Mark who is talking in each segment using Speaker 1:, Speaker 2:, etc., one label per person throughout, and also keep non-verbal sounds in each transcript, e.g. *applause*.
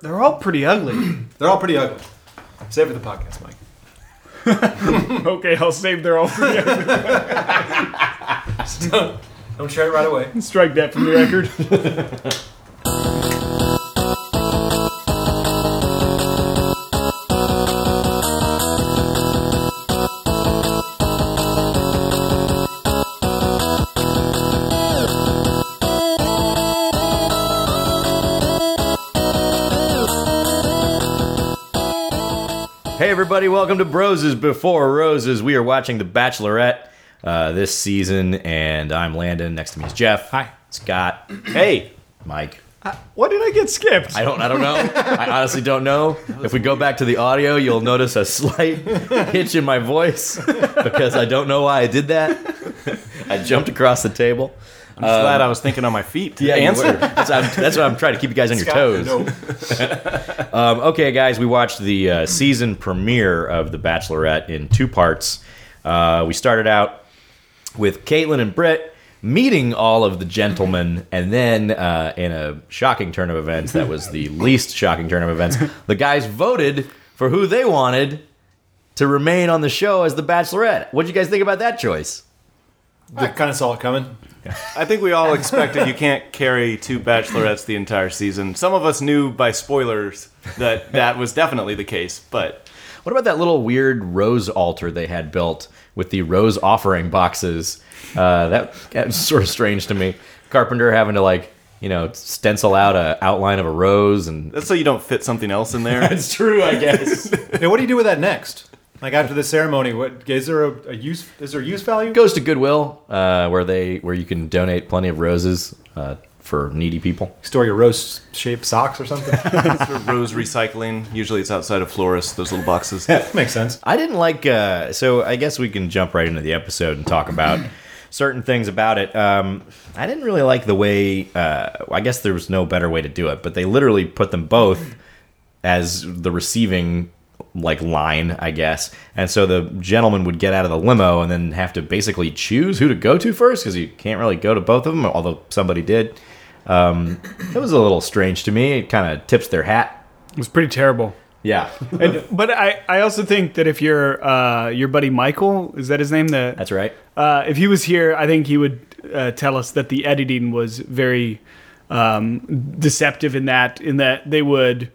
Speaker 1: They're all pretty ugly.
Speaker 2: They're all pretty ugly. Save for the podcast, Mike.
Speaker 3: *laughs* Okay, I'll save their all for you.
Speaker 2: Don't share it right away.
Speaker 3: Strike that from the record.
Speaker 4: Hey, everybody, welcome to Broses Before Roses. We are watching The Bachelorette uh, this season, and I'm Landon. Next to me is Jeff. Hi. Scott. hey, Mike.
Speaker 3: Why did I get skipped?
Speaker 4: I don't. I don't know. I honestly don't know. If we go back to the audio, you'll notice a slight hitch in my voice because I don't know why I did that. I jumped across the table. Um,
Speaker 1: I'm just glad I was thinking on my feet.
Speaker 4: Yeah, you
Speaker 1: answer.
Speaker 4: were. That's, I'm, that's what I'm trying to keep you guys on your toes.
Speaker 2: No.
Speaker 4: *laughs* Um, okay, guys, we watched the uh, season premiere of The Bachelorette in two parts. Uh, we started out with Caitlin and Britt meeting all of the gentlemen, and then uh, in a shocking turn of events, that was *laughs* the least shocking turn of events, the guys voted for who they wanted to remain on the show as The Bachelorette. What'd you guys think about that choice?
Speaker 2: I kind of saw it coming.
Speaker 1: I think
Speaker 4: *laughs*
Speaker 1: we all expected you can't carry two bachelorettes the entire season. Some of us knew by spoilers that that was definitely the case, but
Speaker 4: What about that little weird rose altar they had built with the rose offering boxes? Uh, that that was sort of strange to me. Carpenter having to like you know stencil out a outline of a rose and
Speaker 1: that's so you don't fit something else in there.
Speaker 4: that's true, I guess.
Speaker 2: Now, what do you do with that next? Like after the ceremony, what is there a, a use? Is there a use value?
Speaker 4: Goes to Goodwill, uh, where they where you can donate plenty of roses uh, for needy people.
Speaker 2: Store your rose-shaped socks or something. *laughs*
Speaker 1: Sort of Rose recycling. Usually it's outside of florists, those little boxes.
Speaker 2: Makes sense.
Speaker 4: I didn't like. Uh, so I guess we can jump right into the episode and talk about certain things about it. Um, I didn't really like the way. Uh, I guess there was no better way to do it, but they literally put them both as the receiving like line, I guess. And so the gentleman would get out of the limo and then have to basically choose who to go to first because you can't really go to both of them, although somebody did. Um, it was a little strange to me. It kind of tips their hat.
Speaker 3: It was pretty terrible.
Speaker 4: Yeah,
Speaker 3: And, but I, I also think that if your uh, your buddy Michael is that his name the
Speaker 4: that's right.
Speaker 3: uh, if he was here I think he would uh, tell us that the editing was very um, deceptive in that in that they would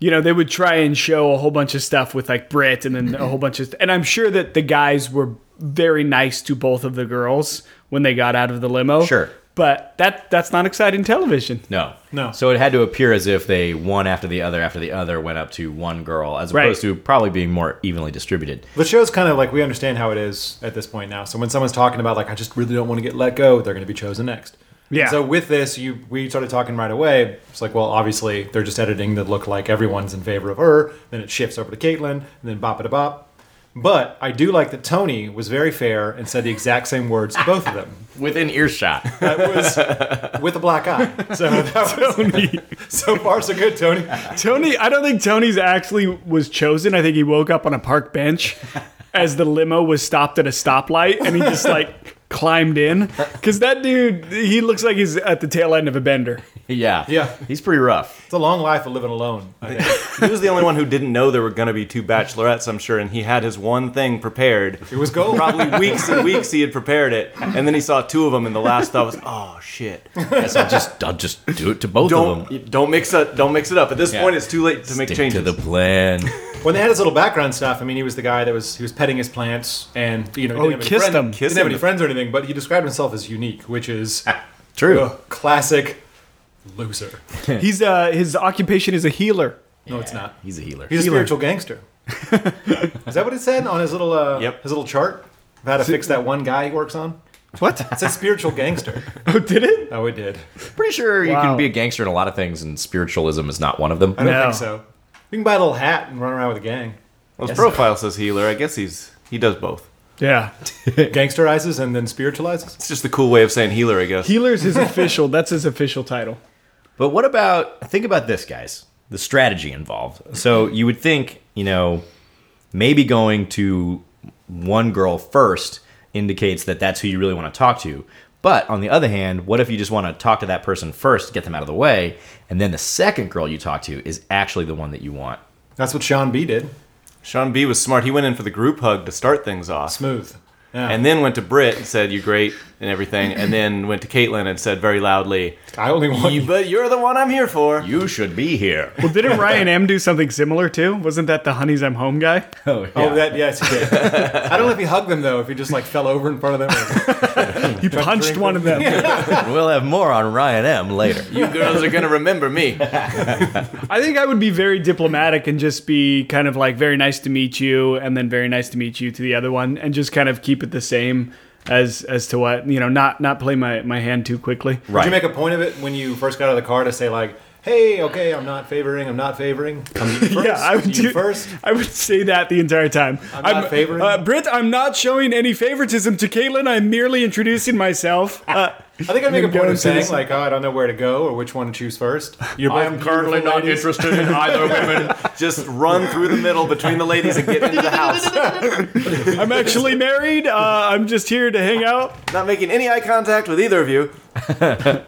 Speaker 3: you know they would try and show a whole bunch of stuff with like Brit and then a whole bunch of and I'm sure that the guys were very nice to both of the girls when they got out of the limo
Speaker 4: Sure.
Speaker 3: but that that's not exciting television *laughs*
Speaker 4: No,
Speaker 2: No.
Speaker 4: So it had to appear as if they one after the other after the other went up to one girl, as
Speaker 3: Right.
Speaker 4: opposed to probably being more evenly distributed.
Speaker 2: The show's kind of like we understand how it is at this point now. So when someone's talking about like I just really don't want to get let go, they're going to be chosen next.
Speaker 3: Yeah.
Speaker 2: So with this, you we started talking right away. It's like, well, obviously they're just editing to look like everyone's in favor of her. Then it shifts over to Caitlyn, and then bop it a bop. But I do like that Tony was very fair and said the exact same words to both of them.
Speaker 4: Within earshot.
Speaker 2: That *laughs* was with a black eye. So that was,
Speaker 3: Tony
Speaker 2: so far so good, Tony.
Speaker 3: Tony, I don't think Tony's actually was chosen. I think he woke up on a park *laughs* bench as the limo was stopped at a stoplight and he just *laughs* like climbed in cuz that dude he looks like he's at the tail end of a *laughs* bender.
Speaker 4: *laughs* yeah.
Speaker 2: Yeah.
Speaker 4: He's pretty rough.
Speaker 2: *laughs* It's a long life of living alone. I think.
Speaker 1: He was the only one who didn't know there were going to be two bachelorettes, I'm sure, and he had his one thing prepared.
Speaker 2: It was gold.
Speaker 1: *laughs* Probably weeks and weeks he had prepared it, and then he saw two of them, and the last thought was, "Oh shit!
Speaker 4: Guess I'll just I'll just do it to both of them.
Speaker 1: Don't don't mix up, don't mix it up." At this
Speaker 4: Yeah.
Speaker 1: point, it's too late to make
Speaker 4: Stick
Speaker 1: changes.
Speaker 4: to the plan.
Speaker 2: When they had his little background stuff, I mean, he was the guy that was he was petting his plants, and you know, he
Speaker 3: Oh, he
Speaker 2: didn't have
Speaker 3: kissed
Speaker 2: any friend-
Speaker 3: him.
Speaker 2: Didn't
Speaker 1: Kissed
Speaker 2: have
Speaker 1: him.
Speaker 2: any friends or anything, but he described himself as unique, which is
Speaker 4: True.
Speaker 2: a classic loser.
Speaker 3: He's uh his occupation is a healer.
Speaker 2: No, it's not.
Speaker 4: He's a healer.
Speaker 2: He's a spiritual gangster. is that what it said on his little uh,
Speaker 1: Yep.
Speaker 2: his little chart of how to fix that one guy he works on?
Speaker 3: What?
Speaker 2: It said spiritual gangster.
Speaker 3: Oh, did it?
Speaker 2: Oh, it did.
Speaker 4: pretty sure you
Speaker 3: Wow.
Speaker 4: can be a gangster in a lot of things, and spiritualism is not one of them.
Speaker 2: I don't
Speaker 3: No.
Speaker 2: think so. You can buy a little hat and run around with a gang.
Speaker 1: Well, his profile says healer. I guess he's he does both.
Speaker 3: Yeah.
Speaker 2: Gangsterizes and then spiritualizes.
Speaker 1: It's just the cool way of saying healer, I guess.
Speaker 3: Healer's his official, that's his official title.
Speaker 4: But what about think about this, guys? The strategy involved. So you would think, you know, maybe going to one girl first indicates that that's who you really want to talk to. But on the other hand, what if you just want to talk to that person first, get them out of the way, and then the second girl you talk to is actually the one that you want?
Speaker 2: That's what Sean B did.
Speaker 1: Sean B was smart. He went in for the group hug to start things off.
Speaker 2: Smooth. Yeah.
Speaker 1: And then went to Britt and said, You're great and everything. And then went to Caitlin and said very loudly,
Speaker 2: I only want
Speaker 1: "You- But you're the one I'm here for.
Speaker 4: You should be here.
Speaker 3: Well, didn't Ryan M do something similar too? Wasn't that the Honeys I'm Home guy?
Speaker 4: Oh, yeah.
Speaker 2: *laughs* Oh, that yes, he
Speaker 3: *laughs*
Speaker 2: did. I don't know if he hugged them though. If he just like fell over in front of them, or-
Speaker 3: *laughs* You punched one of them.
Speaker 4: *laughs* we'll have more on Ryan M later.
Speaker 1: You girls are going to remember me.
Speaker 3: I think I would be very diplomatic and just be kind of like very nice to meet you, and then very nice to meet you to the other one, and just kind of keep it the same as as to what you know, not not play my my hand too quickly.
Speaker 2: did you make a point of it when you first got out of the car to say like, "Hey, okay, I'm not favoring. I'm not favoring. I'm you
Speaker 3: *laughs*
Speaker 2: first.
Speaker 3: *laughs* Yeah, I would
Speaker 2: you
Speaker 3: do,
Speaker 2: first.
Speaker 3: *laughs* I would say that the entire time. I'm,
Speaker 2: not favoring-
Speaker 3: Uh, Britt, I'm not showing any favoritism to Caitlin. I'm merely introducing myself. Uh,
Speaker 2: *laughs* I
Speaker 3: *laughs*
Speaker 2: think I make
Speaker 3: You're
Speaker 2: a point
Speaker 3: going
Speaker 2: of
Speaker 3: to the-
Speaker 2: saying like, "Oh, I don't know where to go or which one to choose first. You're both
Speaker 1: I'm currently
Speaker 2: beautiful
Speaker 1: not
Speaker 2: ladies.
Speaker 1: interested in either women. *laughs* Just run through the middle between the ladies and get into the house.
Speaker 3: I'm actually married. Uh, I'm just here to hang out.
Speaker 1: Not making any eye contact with either of you.
Speaker 2: That's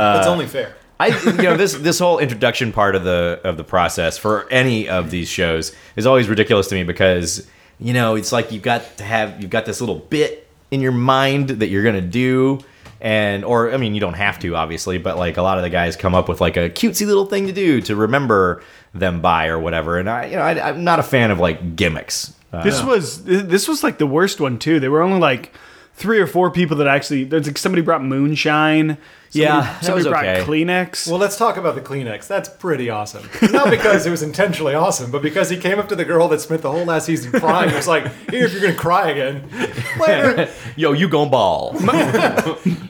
Speaker 3: Uh,
Speaker 2: only fair.
Speaker 4: I you know this this whole introduction part of the of the process for any of these shows is always ridiculous to me because you know it's like you've got to have you've got this little bit in your mind that you're gonna do and or I mean you don't have to obviously but like a lot of the guys come up with like a cutesy little thing to do to remember them by or whatever and I you know I, I'm not a fan of like gimmicks. Uh,
Speaker 3: This was this was like the worst one too. There were only like three or four people that actually. There's like somebody brought moonshine. Somebody,
Speaker 4: Yeah, that
Speaker 3: somebody
Speaker 4: was
Speaker 3: brought
Speaker 4: okay.
Speaker 3: Kleenex.
Speaker 2: Well, let's talk about the Kleenex. That's pretty awesome. Not because it was intentionally awesome, but because he came up to the girl that spent the whole last season crying. It was like, "Here, if you're gonna cry again, *laughs* later."
Speaker 4: yo, you gon' ball.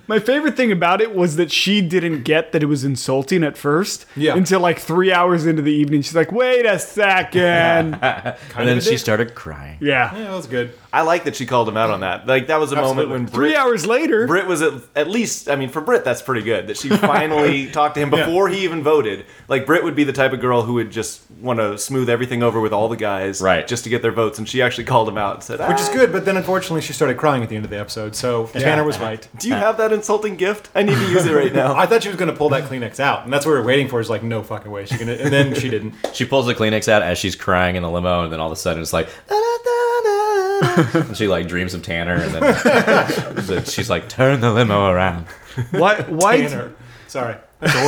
Speaker 3: My favorite thing about it was that she didn't get that it was insulting at first.
Speaker 2: Yeah.
Speaker 3: Until like three hours into the evening, she's like, "Wait a
Speaker 4: *laughs*
Speaker 3: second.
Speaker 4: and then
Speaker 2: of
Speaker 4: she
Speaker 2: did.
Speaker 4: started crying.
Speaker 3: yeah.
Speaker 2: Yeah, that was good.
Speaker 1: I like that she called him out on that. Like, that was a moment
Speaker 2: Absolutely.
Speaker 1: when Brit,
Speaker 3: Three hours later,
Speaker 1: Brit was at, at least, I mean, for Brit, that's pretty good that she finally talked to him before he even voted. Like, Brit would be the type of girl who would just want to smooth everything over with all the guys
Speaker 4: Right.
Speaker 1: just to get their votes. And she actually called him out and said,
Speaker 2: Which is
Speaker 1: "Ah,
Speaker 2: good, but then unfortunately she started crying at the end of the episode, so Tanner was right.
Speaker 1: Do you have that insulting gift? I need to use it right now.
Speaker 2: *laughs* I thought she was going to pull that Kleenex out, and that's what we were waiting for. Is like, no fucking way. She gonna, and then
Speaker 3: *laughs*
Speaker 2: she didn't.
Speaker 4: She pulls the Kleenex out as she's crying in the limo, and then all of a sudden it's like, "Da-da-da-da-da." and she like dreams of Tanner, and then so she's like, turn the limo around.
Speaker 3: why? Why?
Speaker 2: Tanner, sorry, that's a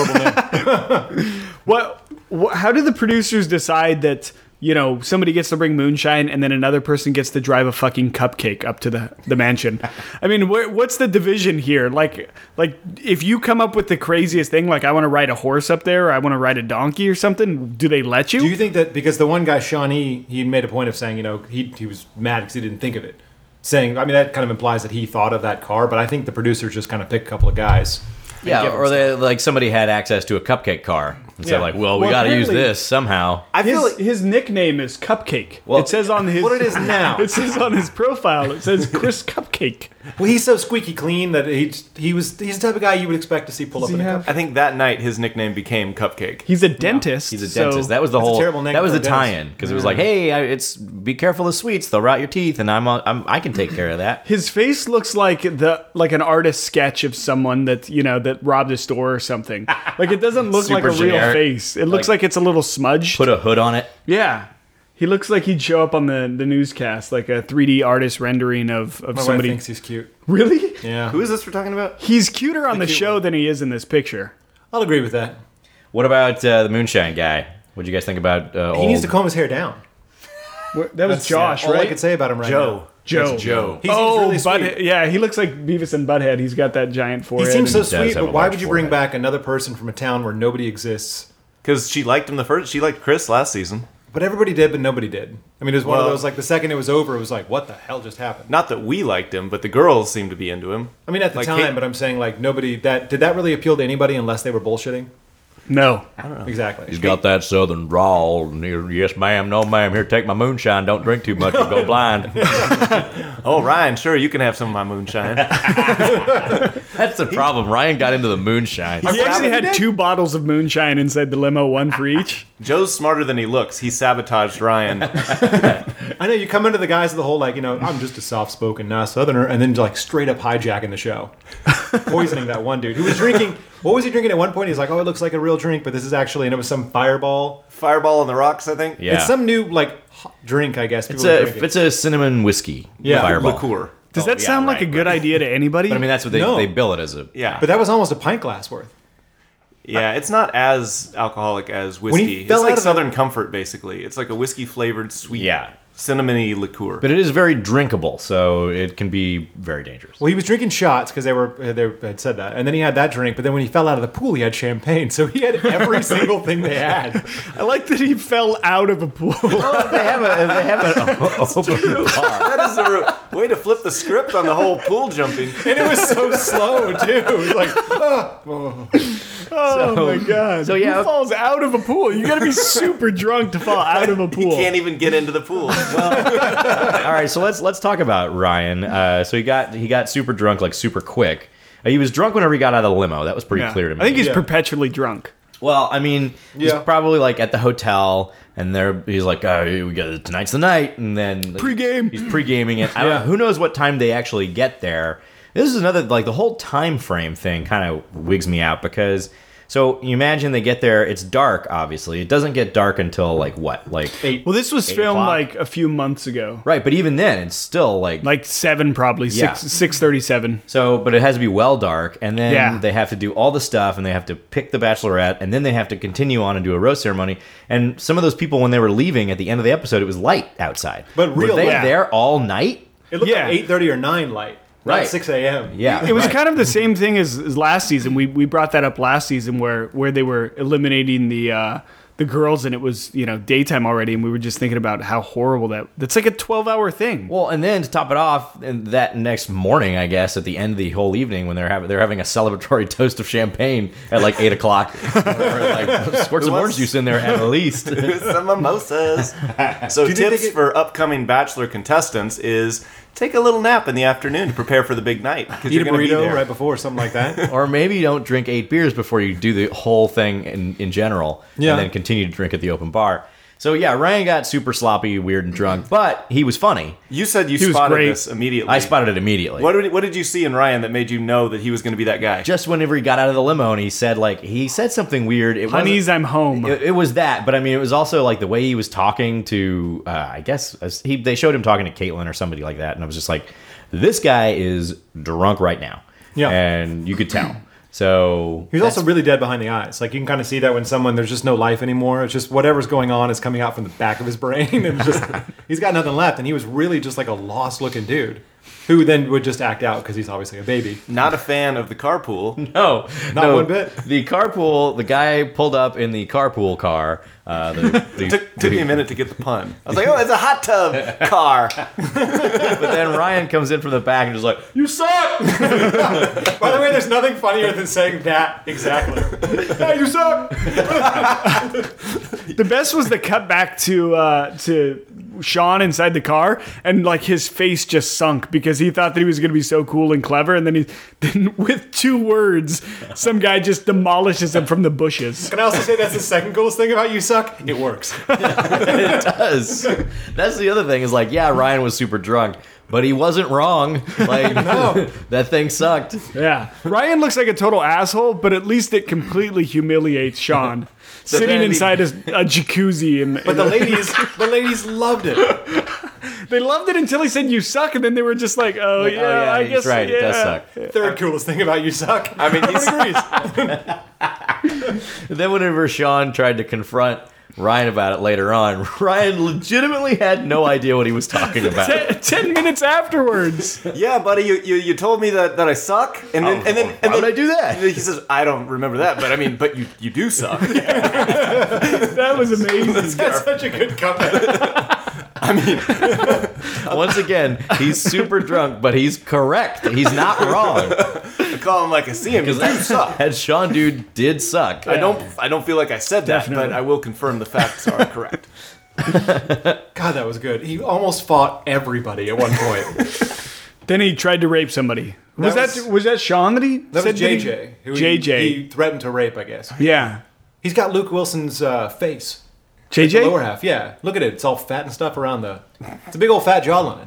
Speaker 2: horrible name.
Speaker 3: What, what? How do the producers decide that? You know, somebody gets to bring moonshine, and then another person gets to drive a fucking cupcake up to the, the mansion. I mean, where, what's the division here? Like, like if you come up with the craziest thing, like I want to ride a horse up there, or I want to ride a donkey or something, do they let you?
Speaker 2: Do you think that because the one guy Shawnee, he made a point of saying, you know, he he was mad because he didn't think of it. Saying, I mean, that kind of implies that he thought of that car, but I think the producers just kind of picked a couple of guys.
Speaker 4: Yeah, or they, like somebody had access to a cupcake car, and said
Speaker 2: Yeah.
Speaker 4: like, well, we
Speaker 3: Well,
Speaker 4: got to use
Speaker 3: apparently-
Speaker 4: this somehow.
Speaker 1: I
Speaker 3: His,
Speaker 1: feel like
Speaker 3: his nickname is Cupcake.
Speaker 4: Well,
Speaker 3: it says on his
Speaker 2: What it is
Speaker 3: *laughs*
Speaker 2: now?
Speaker 3: it says on his profile. It says Chris Cupcake.
Speaker 2: well, he's so squeaky clean that he he was he's the type of guy you would expect to see pull up in a cup.
Speaker 1: I think that night his nickname became Cupcake.
Speaker 3: He's a dentist.
Speaker 4: He's a
Speaker 3: so-
Speaker 4: dentist. that was the
Speaker 2: a
Speaker 4: whole.
Speaker 2: terrible name
Speaker 4: that was
Speaker 2: for
Speaker 4: the
Speaker 2: a dentist.
Speaker 4: tie-in because it was like, hey, I, it's be careful of sweets; they'll rot your teeth, and I'm, on- I'm I can take care of that.
Speaker 3: his face looks like the like an artist sketch of someone that you know that robbed a store or something. Like it doesn't look like
Speaker 4: *laughs* Super
Speaker 3: a real
Speaker 4: generic.
Speaker 3: face. It looks like,
Speaker 4: Like-
Speaker 3: it's a little smudged.
Speaker 4: Put a hood on it.
Speaker 3: yeah, he looks like he'd show up on the, the newscast like a 3D artist rendering of of
Speaker 2: My
Speaker 3: somebody.
Speaker 2: wife thinks he's cute.
Speaker 3: Really?
Speaker 2: *laughs* Yeah,
Speaker 1: Who is this we're talking about?
Speaker 3: He's cuter on the,
Speaker 2: cute
Speaker 3: show
Speaker 2: one.
Speaker 3: than he is in this picture.
Speaker 2: I'll agree with that.
Speaker 4: What about uh, the moonshine guy? What do you guys think about uh,
Speaker 2: He
Speaker 4: old?
Speaker 3: Oh.
Speaker 2: needs to comb his hair down.
Speaker 3: Where- That was Josh,
Speaker 2: all
Speaker 3: right?
Speaker 2: I could say about him right now.
Speaker 1: Joe.
Speaker 3: Joe.
Speaker 1: It's Joe.
Speaker 2: He seems
Speaker 3: oh,
Speaker 2: really sweet.
Speaker 3: Butthead- yeah, he looks like Beavis and Butthead. He's got that giant
Speaker 2: He
Speaker 3: forehead.
Speaker 2: seems so
Speaker 3: and-
Speaker 4: does
Speaker 2: sweet,
Speaker 4: have a
Speaker 2: but why
Speaker 4: large
Speaker 2: would you bring
Speaker 4: forehead.
Speaker 2: back another person from a town where nobody exists?
Speaker 1: Because she liked him the first. She liked Chris last season.
Speaker 2: But everybody did, but nobody did. I mean, it was one
Speaker 1: Well-
Speaker 2: of those like the second it was over, it was like, what the hell just happened?
Speaker 1: Not that we liked him, but the girls seemed to be into him.
Speaker 2: I mean, at the
Speaker 1: Like,
Speaker 2: time,
Speaker 1: Kate-
Speaker 2: but I'm saying like nobody that did that really appeal to anybody unless they were bullshitting.
Speaker 3: no.
Speaker 2: Exactly.
Speaker 4: He's got that southern drawl. and you're, Yes, ma'am. No, ma'am. Here, take my moonshine. Don't drink too much. You'll *laughs* go blind.
Speaker 1: Oh, Ryan, sure, you can have some of my moonshine.
Speaker 4: That's the problem. Ryan got into the moonshine.
Speaker 3: He actually had two bottles of moonshine inside the limo, one for each.
Speaker 1: Joe's smarter than he looks. He sabotaged Ryan.
Speaker 2: I know you come into the guise of the whole like you know I'm just a soft-spoken nah Southerner, and then like straight up hijacking the show, poisoning that one dude who was drinking. What was he drinking at one point? He's like, oh, it looks like a real drink, but this is actually and it was some Fireball.
Speaker 1: Fireball on the rocks, I think.
Speaker 4: *laughs* Yeah.
Speaker 2: It's some new like hot drink, I guess.
Speaker 4: It's a it's a cinnamon whiskey.
Speaker 2: Yeah.
Speaker 4: fireball.
Speaker 1: Liqueur.
Speaker 3: Does
Speaker 4: Oh,
Speaker 3: that
Speaker 4: yeah,
Speaker 3: sound like
Speaker 4: right,
Speaker 3: a good idea
Speaker 4: *laughs*
Speaker 3: to anybody?
Speaker 4: But I mean, that's what they,
Speaker 2: No.
Speaker 4: they bill it as a.
Speaker 1: Yeah.
Speaker 2: but that was almost a pint glass worth.
Speaker 1: Yeah, it's not as alcoholic as
Speaker 2: he
Speaker 1: whiskey.
Speaker 2: fell
Speaker 1: It's
Speaker 2: out
Speaker 1: like
Speaker 2: of the-
Speaker 1: Southern Comfort, basically. It's like a whiskey flavored sweet,
Speaker 4: Yeah.
Speaker 1: cinnamony liqueur.
Speaker 4: But it is very drinkable, so it can be very dangerous.
Speaker 2: Well, he was drinking shots because they were uh, they had said that, and then he had that drink. But then when he fell out of the pool, he had champagne, so he had
Speaker 4: *laughs*
Speaker 2: every single thing they had.
Speaker 3: I like that he fell out of a
Speaker 4: *laughs*
Speaker 3: pool.
Speaker 4: they have a they have *laughs* an open bar.
Speaker 1: that is a re- way to flip the script on the whole pool jumping.
Speaker 2: *laughs* And it was
Speaker 1: *laughs*
Speaker 2: so
Speaker 4: *laughs*
Speaker 2: slow too. Like,
Speaker 3: *laughs* Oh my god!
Speaker 4: so yeah.
Speaker 3: Who falls out of a pool? You got
Speaker 4: *laughs*
Speaker 3: to be super drunk to fall out of a pool.
Speaker 1: He can't even get into the pool.
Speaker 4: All right, so let's let's talk about Ryan. Uh, so he got he got super drunk like super quick. Uh, he was drunk whenever he got out of the limo. That was pretty
Speaker 3: Yeah.
Speaker 4: clear to me.
Speaker 3: I think he's
Speaker 2: Yeah.
Speaker 3: perpetually drunk.
Speaker 4: Well, I mean,
Speaker 2: Yeah.
Speaker 4: he's probably like at the hotel, and there he's like, "Oh, we got tonight's the night," and then like,
Speaker 3: Pre-game.
Speaker 4: He's pre-gaming it. I
Speaker 2: *laughs*
Speaker 4: don't,
Speaker 2: Yeah.
Speaker 4: Who knows what time they actually get there? This is another like the whole time frame thing kind of wigs me out because so you imagine they get there. It's dark, obviously. It doesn't get dark until like what, like
Speaker 2: Eight.
Speaker 3: Well, this was filmed
Speaker 4: o'clock.
Speaker 3: like a few months ago,
Speaker 4: right? But even then, it's still like
Speaker 3: like seven probably
Speaker 4: Yeah.
Speaker 3: six six thirty seven.
Speaker 4: So, but it has to be well dark, and then
Speaker 3: Yeah.
Speaker 4: they have to do all the stuff, and they have to pick the bachelorette, and then they have to continue on and do a rose ceremony. And some of those people, when they were leaving at the end of the episode, it was light outside.
Speaker 2: But
Speaker 4: were
Speaker 2: real
Speaker 4: they
Speaker 2: light.
Speaker 4: there all night?
Speaker 2: it looked
Speaker 3: Yeah.
Speaker 2: like eight thirty or nine light,
Speaker 4: Right.
Speaker 2: not six a.m.
Speaker 4: Yeah,
Speaker 3: It was kind of the same thing as, as last season. We we brought that up last season where where they were eliminating the uh, the girls and it was you know daytime already, and we were just thinking about how horrible that. That's like a twelve hour thing.
Speaker 4: Well, and then to top it off, and that next morning, I guess, at the end of the whole evening, when they're having they're having a celebratory *laughs* toast of champagne at like eight o'clock, Or,
Speaker 2: *laughs*
Speaker 4: like squirt some orange
Speaker 1: wants-
Speaker 4: juice in there at least.
Speaker 2: *laughs*
Speaker 1: Some mimosas. So
Speaker 2: you think
Speaker 1: tips
Speaker 2: they get-
Speaker 1: for upcoming bachelor contestants is take a little nap in the afternoon to prepare for the big night because
Speaker 2: Eat
Speaker 1: you're
Speaker 2: a
Speaker 1: going to be
Speaker 2: burrito
Speaker 1: there.
Speaker 2: right before or something like that.
Speaker 4: or maybe you don't drink eight beers before you do the whole thing in, in general
Speaker 2: Yeah.
Speaker 4: and then continue to drink at the open bar so yeah ryan got super sloppy weird and drunk but he was funny
Speaker 1: You said you
Speaker 3: He was
Speaker 1: spotted
Speaker 3: great.
Speaker 1: this immediately.
Speaker 4: i spotted it immediately
Speaker 1: What did, what did you see in Ryan that made you know that he was going to be that guy?
Speaker 4: just whenever he got out of the limo and he said like he said something weird it wasn't-
Speaker 3: Honeys, I'm home.
Speaker 4: it, it was that but i mean it was also like the way he was talking to uh, i guess as he they showed him talking to caitlin or somebody like that and i was just like this guy is drunk right now
Speaker 2: Yeah.
Speaker 4: and you could tell so
Speaker 2: He was also really dead behind the eyes. Like you can kind of see that when someone there's just no life anymore. It's just whatever's going on is coming out from the back of his brain, *laughs* and
Speaker 1: *laughs*
Speaker 2: just he's got nothing left. And he was really just like a lost looking dude, who then would just act out because he's obviously a baby.
Speaker 1: Not a fan of
Speaker 4: *laughs*
Speaker 1: the carpool. *laughs*
Speaker 4: No,
Speaker 2: Not
Speaker 4: Oh, no.
Speaker 2: one bit.
Speaker 4: The carpool, the guy pulled up in the carpool car. Uh, the, the,
Speaker 1: Took, took me a minute to get the pun. I was like, oh, it's a
Speaker 4: *laughs*
Speaker 1: hot tub car.
Speaker 4: But then Ryan comes in from the back and just like,
Speaker 2: You suck! By the way, there's nothing funnier than saying that exactly.
Speaker 3: *laughs*
Speaker 2: hey, you suck!
Speaker 3: The best was the cut back to uh, to Sean inside the car, and like his face just sunk because he thought that he was going to be so cool and clever, and then he *laughs* then with two words, some guy just demolishes him from the bushes.
Speaker 2: Can I also say that's the second coolest thing about you suck? It works.
Speaker 4: it does. That's the other thing is like, yeah, Ryan was super drunk, but he wasn't wrong. Like, *laughs* that thing sucked. Oh,
Speaker 3: Yeah, Ryan looks like a total asshole, but at least it completely humiliates
Speaker 4: *laughs*
Speaker 3: Sean sitting
Speaker 1: vanity-
Speaker 3: inside his, a jacuzzi, and,
Speaker 2: But the ladies, the ladies loved it.
Speaker 3: they loved it until he said "you suck," and then they were just like, "Oh, yeah,
Speaker 4: oh yeah,
Speaker 3: I
Speaker 4: he's
Speaker 3: guess
Speaker 4: right.
Speaker 3: Yeah.
Speaker 4: It does suck.
Speaker 2: Third coolest thing about you suck. *laughs*
Speaker 1: I mean, he's,
Speaker 4: Then whenever Sean tried to confront Ryan about it later on, *laughs* Ryan legitimately had no idea what he was talking about.
Speaker 3: Ten, ten minutes afterwards.
Speaker 1: yeah, buddy, you, you, you told me that, that I suck. And then, and then, and
Speaker 4: Oh, Why
Speaker 1: then
Speaker 4: would I do that?
Speaker 1: *laughs* He says, I don't remember that, but I mean, but you, you do
Speaker 4: *laughs*
Speaker 1: suck.
Speaker 3: That was amazing.
Speaker 2: That's such a good comment.
Speaker 4: Once again, he's super drunk, but he's correct. He's not wrong.
Speaker 1: I call him like I see him. You do suck.
Speaker 4: That Sean dude did suck.
Speaker 1: I don't. I don't feel like I said that, but I will confirm the facts
Speaker 4: *laughs*
Speaker 1: are correct.
Speaker 2: God, that was good. He almost fought everybody at one point.
Speaker 3: Then he tried to rape somebody. Was that
Speaker 2: That
Speaker 3: was
Speaker 2: was-
Speaker 3: that, Sean that he
Speaker 2: That
Speaker 3: said
Speaker 2: was
Speaker 3: that he-
Speaker 2: JJ. who he-
Speaker 3: JJ.
Speaker 2: He threatened to rape, I guess.
Speaker 3: yeah.
Speaker 2: He's got Luke Wilson's uh, face. The lower
Speaker 3: JJ.
Speaker 2: half, yeah. Look at it. It's all fat and stuff around the. It's a big old fat jawline.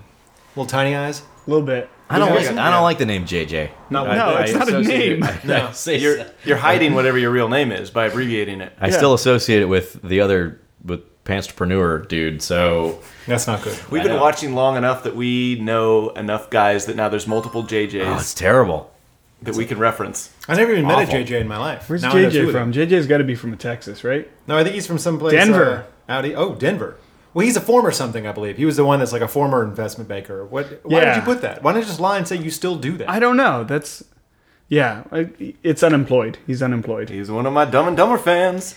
Speaker 2: Little tiny eyes.
Speaker 3: A little bit.
Speaker 4: I don't
Speaker 2: Yeah.
Speaker 4: like. I don't like the name JJ.
Speaker 2: Not
Speaker 4: I-
Speaker 3: No,
Speaker 4: I
Speaker 3: it's not a
Speaker 4: associate it-
Speaker 3: name.
Speaker 4: *laughs*
Speaker 2: No.
Speaker 4: say
Speaker 1: You're you're hiding whatever your real name is by abbreviating it.
Speaker 4: I still associate it with the other with Pantspreneur dude. So
Speaker 2: That's not good.
Speaker 1: We've
Speaker 4: I
Speaker 1: been
Speaker 4: know.
Speaker 1: watching long enough that we know enough guys that now there's multiple
Speaker 4: oh,
Speaker 1: JJs
Speaker 4: it's terrible.
Speaker 1: that we can reference.
Speaker 2: I never even met a
Speaker 4: Awful.
Speaker 2: JJ in my life.
Speaker 3: Where's
Speaker 2: Now I know two
Speaker 3: JJ
Speaker 2: of
Speaker 3: from?
Speaker 2: them.
Speaker 3: JJ's got to be from Texas, right?
Speaker 2: No, I think he's from someplace.
Speaker 3: Denver.
Speaker 2: Uh, out e- oh, Denver. Well, he's a former something, I believe. He was the one that's like a former investment banker. What? Why
Speaker 3: Yeah.
Speaker 2: did you put that? Why not just lie and say you still do that?
Speaker 3: I don't know. That's yeah. I- It's unemployed. He's unemployed.
Speaker 1: He's one of my Dumb and Dumber fans.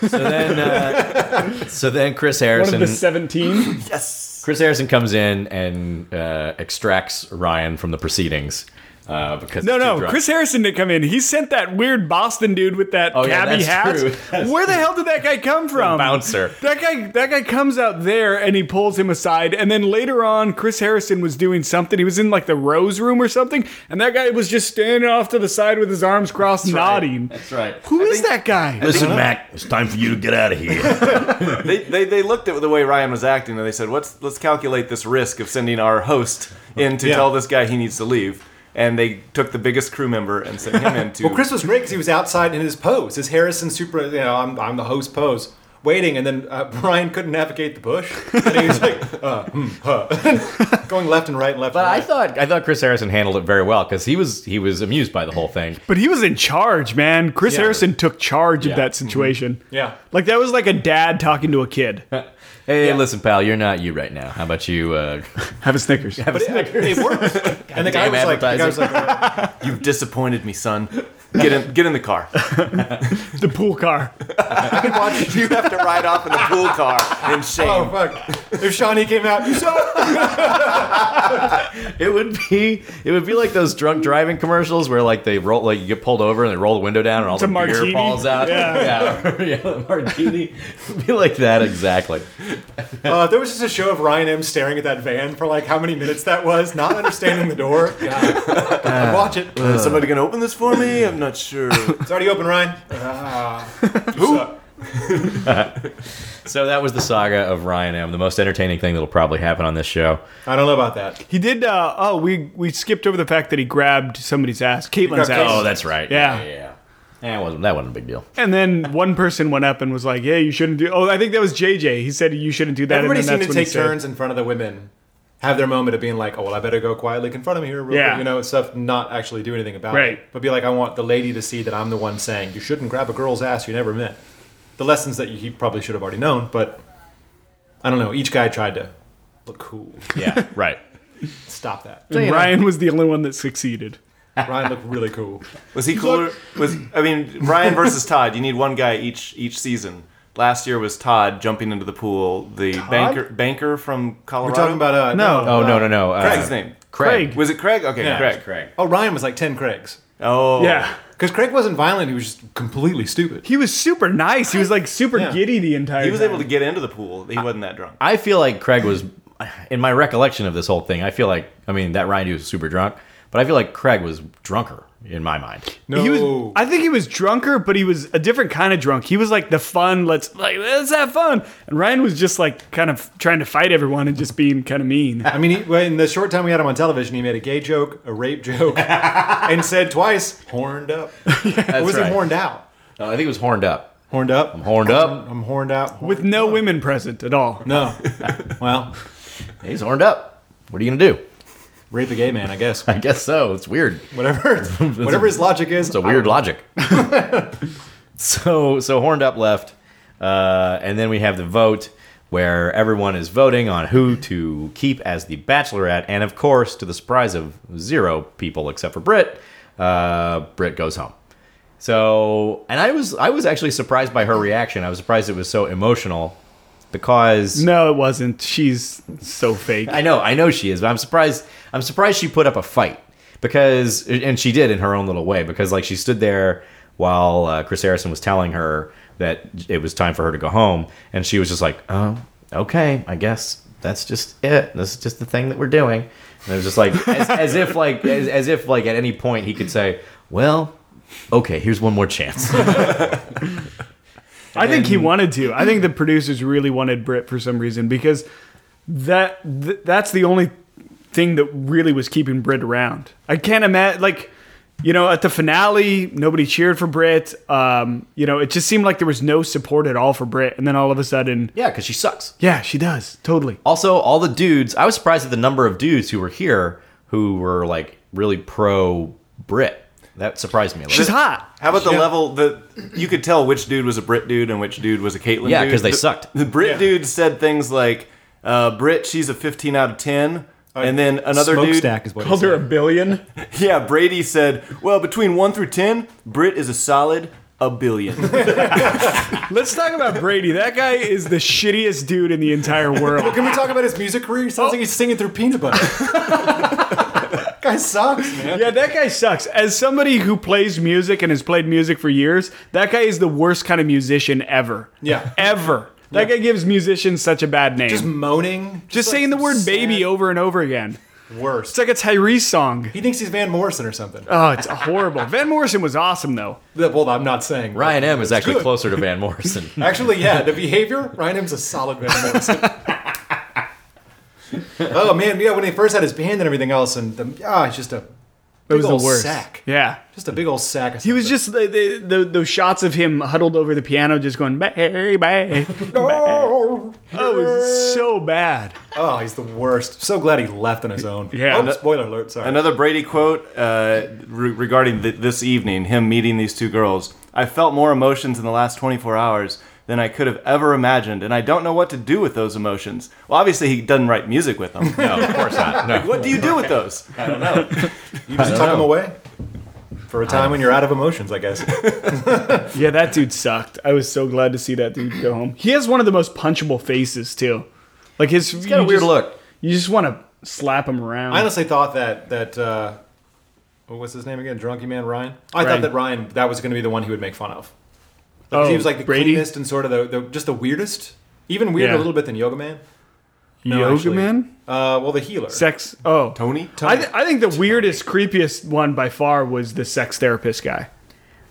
Speaker 4: So then, uh, so then Chris
Speaker 3: One of
Speaker 4: Harrison.
Speaker 3: the seventeen.
Speaker 1: Yes.
Speaker 4: Chris Harrison comes in and uh, extracts Ryan from the proceedings uh, because
Speaker 3: No,
Speaker 4: he's too
Speaker 3: no.
Speaker 4: drunk.
Speaker 3: Chris Harrison didn't come in. He sent that weird Boston dude with that
Speaker 4: Oh, yeah,
Speaker 3: cabbie
Speaker 4: that's
Speaker 3: hat.
Speaker 4: true. That's
Speaker 3: Where the hell did that guy come from?
Speaker 4: bouncer.
Speaker 3: That guy. That guy comes out there and he pulls him aside. And then later on, Chris Harrison was doing something. He was in like the Rose Room or something. And that guy was just standing off to the side with his arms crossed, nodding.
Speaker 1: That's right.
Speaker 3: Who is that guy?
Speaker 5: Listen, Mac, it's time for you to get out of here.
Speaker 1: They, they, they looked at the way Ryan was acting and they said, let's, let's calculate this risk of sending our host in to
Speaker 2: Yeah.
Speaker 1: tell this guy he needs to leave. And they took the biggest crew member and sent him in to.
Speaker 2: Well, Chris was great because he was outside in his pose, his Harrison super, you know, I'm, I'm the host pose, waiting, and then uh, *laughs* Brian couldn't navigate the bush, and he was like, uh, hmm, huh. *laughs* going left and right and left.
Speaker 4: But I
Speaker 2: and right.
Speaker 4: thought I thought Chris Harrison handled it very well because he was he was amused by the whole thing.
Speaker 3: But he was in charge, man. Chris
Speaker 2: Yeah.
Speaker 3: Harrison took charge of that situation.
Speaker 2: yeah,
Speaker 3: Like that was like a dad talking to a kid.
Speaker 4: Hey, listen, pal, you're not you right now. How about you? Uh,
Speaker 3: Have a Snickers.
Speaker 2: but it, it
Speaker 4: *laughs*
Speaker 2: worked. and the guy
Speaker 4: Goddamn
Speaker 2: was like, the guy was like, uh,
Speaker 1: You've disappointed me, son. Get in, get in the car.
Speaker 3: the pool car.
Speaker 1: you have to ride off in the pool car in shame.
Speaker 2: oh fuck, if Shawnee came out, you saw. *laughs*
Speaker 4: *laughs* it would be it would be like those drunk driving commercials where like they roll like you get pulled over and they roll the window down and all
Speaker 3: a
Speaker 4: the
Speaker 3: martini.
Speaker 4: beer falls out.
Speaker 3: Yeah.
Speaker 4: *laughs* yeah, yeah the martini. It'd be like that exactly.
Speaker 2: Uh, there was just a show of Ryan M staring at that van for like how many minutes that was, not understanding the
Speaker 4: *laughs*
Speaker 2: door. God. I'd watch it.
Speaker 1: Uh, Is somebody going to open this for me? I'm not sure.
Speaker 2: It's already open, Ryan. Ah, who?
Speaker 4: So that was the saga of Ryan M. The most entertaining thing that'll probably happen on this show.
Speaker 2: *laughs* I don't know about that.
Speaker 3: He did. Uh, oh, we we skipped over the fact that he grabbed somebody's ass, Caitlin's
Speaker 2: He grabbed
Speaker 3: ass.
Speaker 2: Caitlin's-
Speaker 4: Oh, that's right.
Speaker 3: Yeah.
Speaker 4: yeah. yeah. Eh, it wasn't, that wasn't a big deal.
Speaker 3: And then one person went up and was like, "Yeah, you shouldn't do." Oh, I think that was JJ. He said you shouldn't do that.
Speaker 2: Everybody
Speaker 3: and then
Speaker 2: seemed
Speaker 3: that's
Speaker 2: to
Speaker 3: when he
Speaker 2: take
Speaker 3: said-
Speaker 2: turns in front of the women, have their moment of being like, "Oh well, I better go quietly in front of me here, real
Speaker 3: Yeah.
Speaker 2: quick," you know, stuff. Not actually do anything about
Speaker 3: Right.
Speaker 2: it, but be like, "I want the lady to see that I'm the one saying you shouldn't grab a girl's ass you never met." The lessons that he probably should have already known, but I don't know. Each guy tried to look cool.
Speaker 4: *laughs* Yeah, right.
Speaker 2: Stop that.
Speaker 3: And Ryan was the only one that succeeded.
Speaker 2: Ryan looked really cool.
Speaker 1: Was he cooler? Was I mean Ryan versus Todd? You need one guy each each season. Last year was Todd jumping into the pool. The banker banker from Colorado.
Speaker 2: We're talking about uh,
Speaker 3: No.
Speaker 4: Oh no, no, no. Uh,
Speaker 1: Craig's name.
Speaker 4: Craig.
Speaker 1: Was it Craig? Okay,
Speaker 2: Yeah.
Speaker 1: Craig.
Speaker 4: Craig.
Speaker 2: Oh, Ryan was like ten Craigs
Speaker 1: Oh
Speaker 3: Yeah,
Speaker 2: because Craig wasn't violent. He was just completely stupid.
Speaker 3: he was super nice. He was like super
Speaker 2: Yeah.
Speaker 3: giddy the entire.
Speaker 1: He was
Speaker 3: time.
Speaker 1: able to get into the pool. He wasn't that drunk.
Speaker 4: I feel like Craig was, in my recollection of this whole thing, I feel like, I mean, that Ryan dude was super drunk, but I feel like Craig was drunker in my mind.
Speaker 2: No,
Speaker 3: He was. I think he was drunker, but he was a different kind of drunk. He was like the fun. Let's like let's have fun. And Ryan was just like kind of trying to fight everyone and just being kind of mean.
Speaker 2: I mean, he, well, in the short time we had him on television, he made a gay joke, a rape joke, and said twice, horned up. Or was
Speaker 4: right.
Speaker 2: he horned out?
Speaker 4: No, Uh, I think it was horned up.
Speaker 2: Horned up? I'm
Speaker 4: horned up.
Speaker 2: I'm horned out.
Speaker 3: with no women present at all.
Speaker 2: no. well,
Speaker 4: He's horned up. What are you going to do?
Speaker 2: rape a gay man, I guess.
Speaker 3: *laughs*
Speaker 4: I guess so. It's weird.
Speaker 2: Whatever, whatever his logic is.
Speaker 4: It's a weird logic. *laughs* so, so horned up left. Uh, and then we have the vote where everyone is voting on who to keep as the bachelorette. And of course, to the surprise of zero people except for Britt, uh, Britt goes home. So, and I was I was actually surprised by her reaction. I was surprised it was so emotional because
Speaker 3: No, it wasn't. She's so fake.
Speaker 4: I know, I know she is, but I'm surprised. I'm surprised she put up a fight because, and she did in her own little way because, like, she stood there while uh, Chris Harrison was telling her that it was time for her to go home, and she was just like, "Oh, okay, I guess." that's just it. This is just the thing that we're doing. And it was just like as, as if like as, as if like at any point he could say, well, okay, here's one more chance. *laughs*
Speaker 3: I think he wanted to. I think the producers really wanted Britt for some reason because that th- that's the only thing that really was keeping Britt around. I can't imagine like you know at the finale nobody cheered for Britt. Um, you know it just seemed like there was no support at all for Britt, and then all of a sudden,
Speaker 4: yeah, because she sucks.
Speaker 3: yeah, she does totally.
Speaker 4: Also, all the dudes, I was surprised at the number of dudes who were here who were like really pro Brit. That surprised me a little.
Speaker 3: She's hot.
Speaker 1: How about the level that you could tell which dude was a Brit dude and which dude was a Caitlyn?
Speaker 4: Yeah,
Speaker 1: dude?
Speaker 4: 'cause they
Speaker 1: The-
Speaker 4: sucked.
Speaker 1: The Brit dude said things like, uh, "Brit, she's a 15 out of 10," and then another dude,
Speaker 2: Smokestack is what he
Speaker 3: Called her a
Speaker 2: said.
Speaker 3: billion.
Speaker 1: yeah, Brady said, "Well, between one through 10, Brit is a solid a *laughs* billion.
Speaker 3: Let's talk about Brady. That guy is the shittiest dude in the entire *laughs* world.
Speaker 2: Can we talk about his music career? He
Speaker 3: Oh.
Speaker 2: sounds like he's singing through
Speaker 3: *laughs*
Speaker 2: peanut butter. guy sucks, man.
Speaker 3: Yeah, that guy sucks. As somebody who plays music and has played music for years, that guy is the worst kind of musician ever.
Speaker 2: Yeah.
Speaker 3: Ever. That guy gives musicians such a bad name.
Speaker 2: Just
Speaker 3: Just,
Speaker 2: moaning. Just, like
Speaker 3: saying the word
Speaker 2: sad
Speaker 3: baby over and over again.
Speaker 2: Worse.
Speaker 3: It's like a Tyrese song.
Speaker 2: he thinks he's Van Morrison or something.
Speaker 3: Oh, it's
Speaker 2: *laughs*
Speaker 3: horrible. Van Morrison was awesome, though.
Speaker 2: well, I'm not saying.
Speaker 4: Ryan M is actually
Speaker 2: good.
Speaker 4: closer to Van Morrison.
Speaker 2: Actually, yeah, the behavior, Ryan M's a solid Van
Speaker 3: *laughs*
Speaker 2: Morrison. oh man, yeah, when he first had his band and everything else, and the, ah, it's just a
Speaker 3: It
Speaker 2: big
Speaker 3: was the
Speaker 2: old
Speaker 3: worst.
Speaker 2: sack,
Speaker 3: Yeah.
Speaker 2: just a big old sack. Of
Speaker 3: He was just the, the, the, those shots of him huddled over the piano, just going, "Bye, bye.
Speaker 2: oh,
Speaker 3: That was so bad.
Speaker 2: oh, he's the worst. So glad he left on his own.
Speaker 3: Yeah.
Speaker 2: Oh, spoiler alert. Sorry.
Speaker 1: Another Brady quote uh, re- regarding th- this evening, him meeting these two girls. I felt more emotions in the last 24 hours than I could have ever imagined, and I don't know what to do with those emotions. Well, obviously, he doesn't write music with them. *laughs*
Speaker 4: No, of course not. No.
Speaker 1: What do you do with those?
Speaker 2: You just tuck him away for a time when you're out of emotions, I guess.
Speaker 3: Yeah, that dude sucked. I was so glad to see that dude go home. He has one of the most punchable faces too. Like his he's
Speaker 4: got a weird look.
Speaker 3: You just want to slap him around.
Speaker 2: I honestly thought that that uh, what was his name again? Drunky man Ryan. I
Speaker 3: Ryan.
Speaker 2: thought that Ryan that was going to be the one he would make fun of. Like, 'cause
Speaker 3: Oh,
Speaker 2: he was like the
Speaker 3: Brady?
Speaker 2: cleanest and sort of the, the just the weirdest, even weirder
Speaker 3: Yeah.
Speaker 2: a little bit than Yoga Man. No,
Speaker 3: Yoga
Speaker 2: actually.
Speaker 3: man,
Speaker 2: Uh, well, the healer.
Speaker 3: sex. Oh,
Speaker 1: Tony?
Speaker 3: I, th- I think the weirdest, creepiest one by far was the sex therapist guy.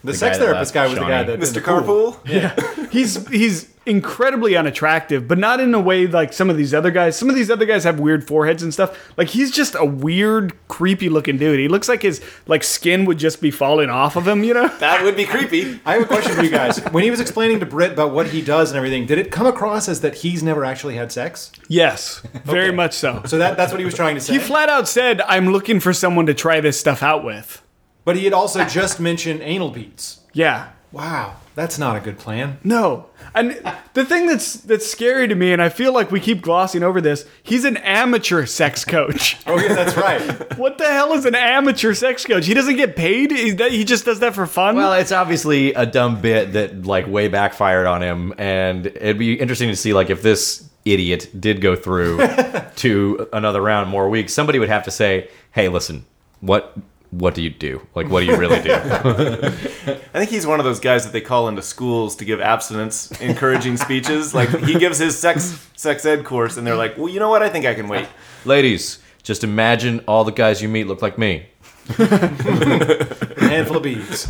Speaker 2: the, sex
Speaker 4: guy that
Speaker 2: therapist guy
Speaker 4: left
Speaker 2: was the guy
Speaker 4: Shawnee.
Speaker 2: that
Speaker 1: Mr. Carpool?
Speaker 3: He's he's incredibly unattractive, but not in a way like some of these other guys. Some of these other guys have weird foreheads and stuff. Like he's just a weird, creepy looking dude. He looks like his like skin would just be falling off of him. You know.
Speaker 1: That would be creepy.
Speaker 2: I have a question for you guys. When he was explaining to Britt about what he does and everything, did it come across as that he's never actually had sex?
Speaker 3: Yes, very much so.
Speaker 2: So that, that's what he was trying to say.
Speaker 3: He flat out said, "I'm looking for someone to try this stuff out with."
Speaker 2: but he had also just mentioned anal beads.
Speaker 3: Yeah.
Speaker 2: Wow, that's not a good *laughs* plan.
Speaker 3: No. And the thing that's that's scary to me and I feel like we keep glossing over this, he's an amateur sex coach.
Speaker 2: Oh yeah, that's right.
Speaker 3: what the hell is an amateur sex coach? He doesn't get paid? Is that he just does that for fun?
Speaker 4: Well, it's obviously a dumb bit that like way backfired on him, and it'd be interesting to see like if this idiot did go through to another round more weeks, somebody would have to say, "Hey, listen, what what do you do? Like, what do you really do?"
Speaker 1: I think he's one of those guys that they call into schools to give abstinence encouraging speeches. Like he gives his sex sex ed course and they're like, "Well, you know what? I think I can wait."
Speaker 4: Ladies, just imagine all the guys you meet look like me.
Speaker 2: A handful of *laughs* beads.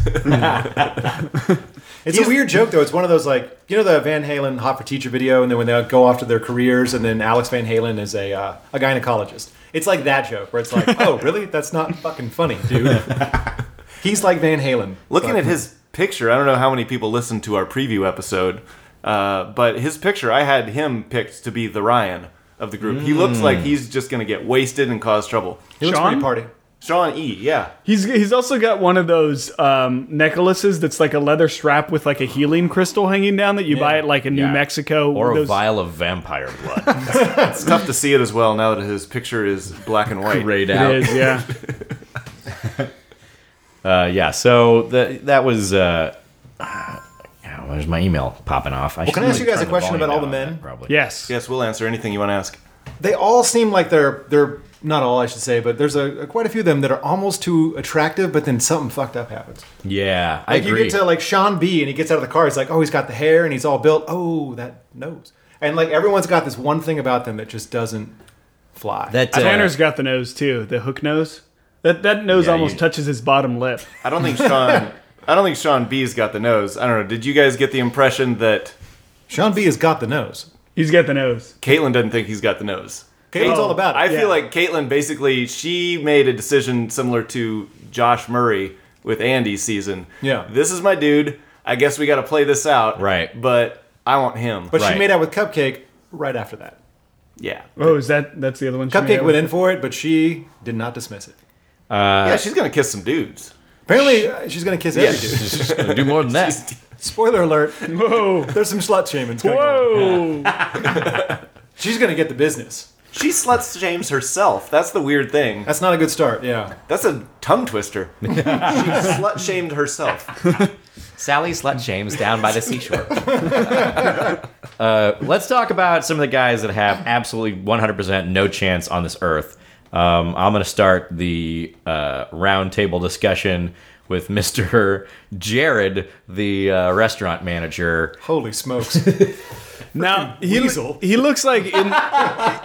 Speaker 2: it's a weird joke though. It's one of those like you know the Van Halen "Hot for Teacher" video, and then when they go off to their careers, and then Alex Van Halen is a uh, a gynecologist. It's like that joke where it's like, *laughs* oh really? That's not fucking funny, *laughs* dude. He's like Van Halen.
Speaker 1: Looking
Speaker 2: But-
Speaker 1: at his picture, I don't know how many people listened to our preview episode, uh, but his picture, I had him picked to be the Ryan of the group. He looks like he's just going to get wasted and cause trouble.
Speaker 2: he looks
Speaker 3: Sean?
Speaker 2: pretty party.
Speaker 1: Sean E, yeah.
Speaker 3: he's he's also got one of those um, necklaces that's like a leather strap with like a healing crystal hanging down that you buy at like in New Mexico
Speaker 4: Or a
Speaker 3: those-
Speaker 4: vial of vampire blood *laughs*
Speaker 1: It's tough to see it as well now that his picture is black and white.
Speaker 4: sprayed
Speaker 3: It
Speaker 4: out.
Speaker 3: is,
Speaker 4: *laughs*
Speaker 3: yeah.
Speaker 4: Uh, yeah, so the, that was. Uh, uh, there's my email popping off. I
Speaker 2: can I ask you guys a question about all the men?
Speaker 4: Probably.
Speaker 3: yes.
Speaker 1: Yes, we'll answer anything you want to ask.
Speaker 2: They all seem like they're they're not all I should say, but there's a, quite a few of them that are almost too attractive, but then something fucked up happens.
Speaker 4: Yeah, I
Speaker 2: Like
Speaker 4: agree.
Speaker 2: you get to like Sean B, and he gets out of the car. He's like, oh, he's got the hair, and he's all built. Oh, that nose, and like everyone's got this one thing about them that just doesn't fly.
Speaker 4: that uh,
Speaker 3: Tanner's got the nose too, the hook nose. That that nose
Speaker 4: Yeah,
Speaker 3: almost
Speaker 4: you-
Speaker 3: touches his bottom lip.
Speaker 1: I don't think Sean. *laughs* I don't think Sean B's got the nose. I don't know. Did you guys get the impression that
Speaker 2: Sean B has got the nose.
Speaker 3: He's got the nose.
Speaker 1: Caitlyn doesn't think he's got the nose?
Speaker 3: Oh,
Speaker 2: Caitlin's all about it.
Speaker 1: I
Speaker 2: yeah.
Speaker 1: feel like Caitlyn basically she made a decision similar to Josh Murray with Andy's season.
Speaker 2: Yeah.
Speaker 1: this is my dude. I guess we got to play this out.
Speaker 4: Right.
Speaker 1: but I want him.
Speaker 2: but
Speaker 4: Right.
Speaker 2: she made out with Cupcake right after that.
Speaker 1: yeah,
Speaker 3: Oh, is that that's the other one? she made
Speaker 2: Cupcake
Speaker 3: up?
Speaker 2: went in for it, but she did not dismiss it.
Speaker 1: yeah, she's gonna kiss some dudes.
Speaker 2: Apparently, uh, she's gonna kiss
Speaker 1: *laughs*
Speaker 2: every dude.
Speaker 4: *laughs* just gonna do more
Speaker 2: *laughs*
Speaker 4: than that.
Speaker 2: Spoiler alert:
Speaker 3: Whoa.
Speaker 2: there's some slut shaming.
Speaker 3: Whoa!
Speaker 2: She's gonna get the business.
Speaker 1: She sluts James herself. That's the weird thing.
Speaker 2: That's not a good start. Yeah.
Speaker 1: That's a tongue twister. she slut shamed herself.
Speaker 4: Sally slut shames down by the seashore. *laughs* uh, let's talk about some of the guys that have absolutely 100% no chance on this earth. Um, I'm going to start the uh, roundtable discussion with *laughs* Mr. Jared, the uh, restaurant manager.
Speaker 2: Holy
Speaker 4: *laughs*
Speaker 2: smokes.
Speaker 3: now he,
Speaker 2: weasel.
Speaker 3: he looks like in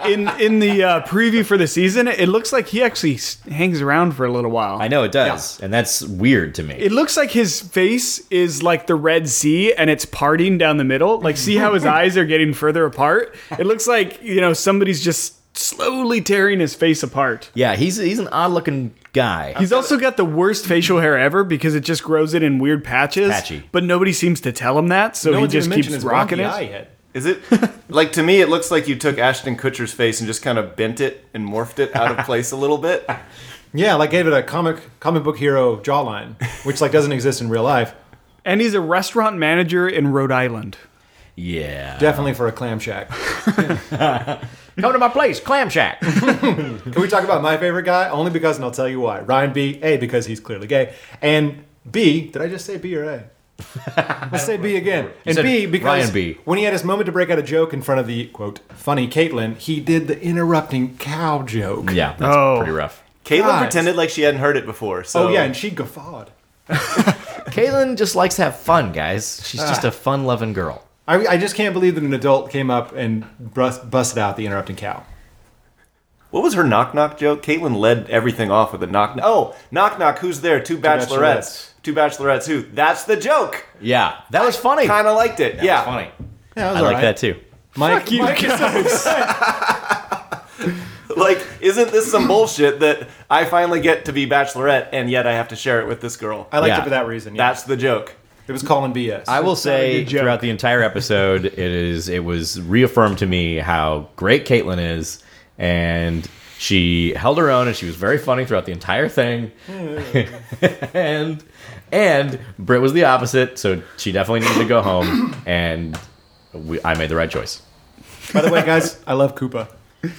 Speaker 3: in *laughs* in the uh, preview for the season, it looks like he actually s- hangs around for a little while.
Speaker 4: I know it does, and that's weird to me.
Speaker 3: It looks like his face is like the Red Sea and it's parting down the middle. Like, see how
Speaker 4: *laughs*
Speaker 3: his eyes are getting further apart? It looks like, you know, somebody's just slowly tearing his face apart.
Speaker 4: yeah, he's he's an odd looking guy.
Speaker 3: He's also got the worst facial hair ever because it just grows it in weird patches.
Speaker 4: Patchy.
Speaker 3: But nobody seems to tell him that, so
Speaker 2: No
Speaker 3: he
Speaker 2: one's
Speaker 3: just
Speaker 2: even
Speaker 3: keeps
Speaker 2: mentioned his
Speaker 3: rocking
Speaker 2: wonky
Speaker 3: it.
Speaker 2: eye yet.
Speaker 1: Is it like to me? It looks like you took Ashton Kutcher's face and just kind of bent it and morphed it out
Speaker 2: *laughs*
Speaker 1: of place a little bit.
Speaker 2: Yeah, like gave it a comic comic book hero jawline, which like doesn't exist in real life.
Speaker 3: And he's a restaurant manager in Rhode Island.
Speaker 4: yeah.
Speaker 2: Definitely for a clam
Speaker 4: *laughs*
Speaker 2: shack.
Speaker 4: Come to my place, Clam Shack.
Speaker 2: Can we talk about my favorite guy? Only because, and I'll tell you why. Ryan B. A. Because he's clearly gay, and B. Did I just say B or
Speaker 4: *laughs*
Speaker 2: A? Let's say B again. And
Speaker 4: said
Speaker 2: B because
Speaker 4: Ryan B.
Speaker 2: when he had his moment to break out a joke in front of the quote funny Caitlin, he did the interrupting cow joke.
Speaker 4: *laughs* yeah, that's
Speaker 3: Oh.
Speaker 4: pretty rough.
Speaker 1: Caitlyn
Speaker 2: Guys.
Speaker 1: pretended like she hadn't heard it before. So
Speaker 2: Oh yeah, and she guffawed.
Speaker 4: Caitlin just likes to have fun, guys. She's just a fun loving girl.
Speaker 2: I, I just can't believe that an adult came up and bust, busted out the interrupting cow.
Speaker 1: What was her knock knock joke? Caitlyn led everything off with a knock. Oh, knock knock. Who's there? Two bachelorettes.
Speaker 2: bachelorettes.
Speaker 1: Two bachelorettes. Who? That's the joke.
Speaker 4: Yeah, that was funny.
Speaker 1: Kind of liked it. yeah.
Speaker 4: funny.
Speaker 2: Yeah,
Speaker 4: I like that too.
Speaker 2: Mike, Mike is so excited.
Speaker 1: *laughs* Like, isn't this some bullshit that I finally get to be bachelorette and yet I have to share it with this girl?
Speaker 2: I liked
Speaker 4: Yeah.
Speaker 2: it for that reason. Yeah.
Speaker 1: That's the joke.
Speaker 2: it was calling BS.
Speaker 4: I will say
Speaker 3: good joke.
Speaker 4: throughout the entire episode, it is it was reaffirmed to me how great Caitlin is, and she held her own, and she was very funny throughout the entire thing, *laughs* and and Britt was the opposite, so she definitely needed to go home, and we, I made the right choice.
Speaker 2: By the way, guys, I love Koopa.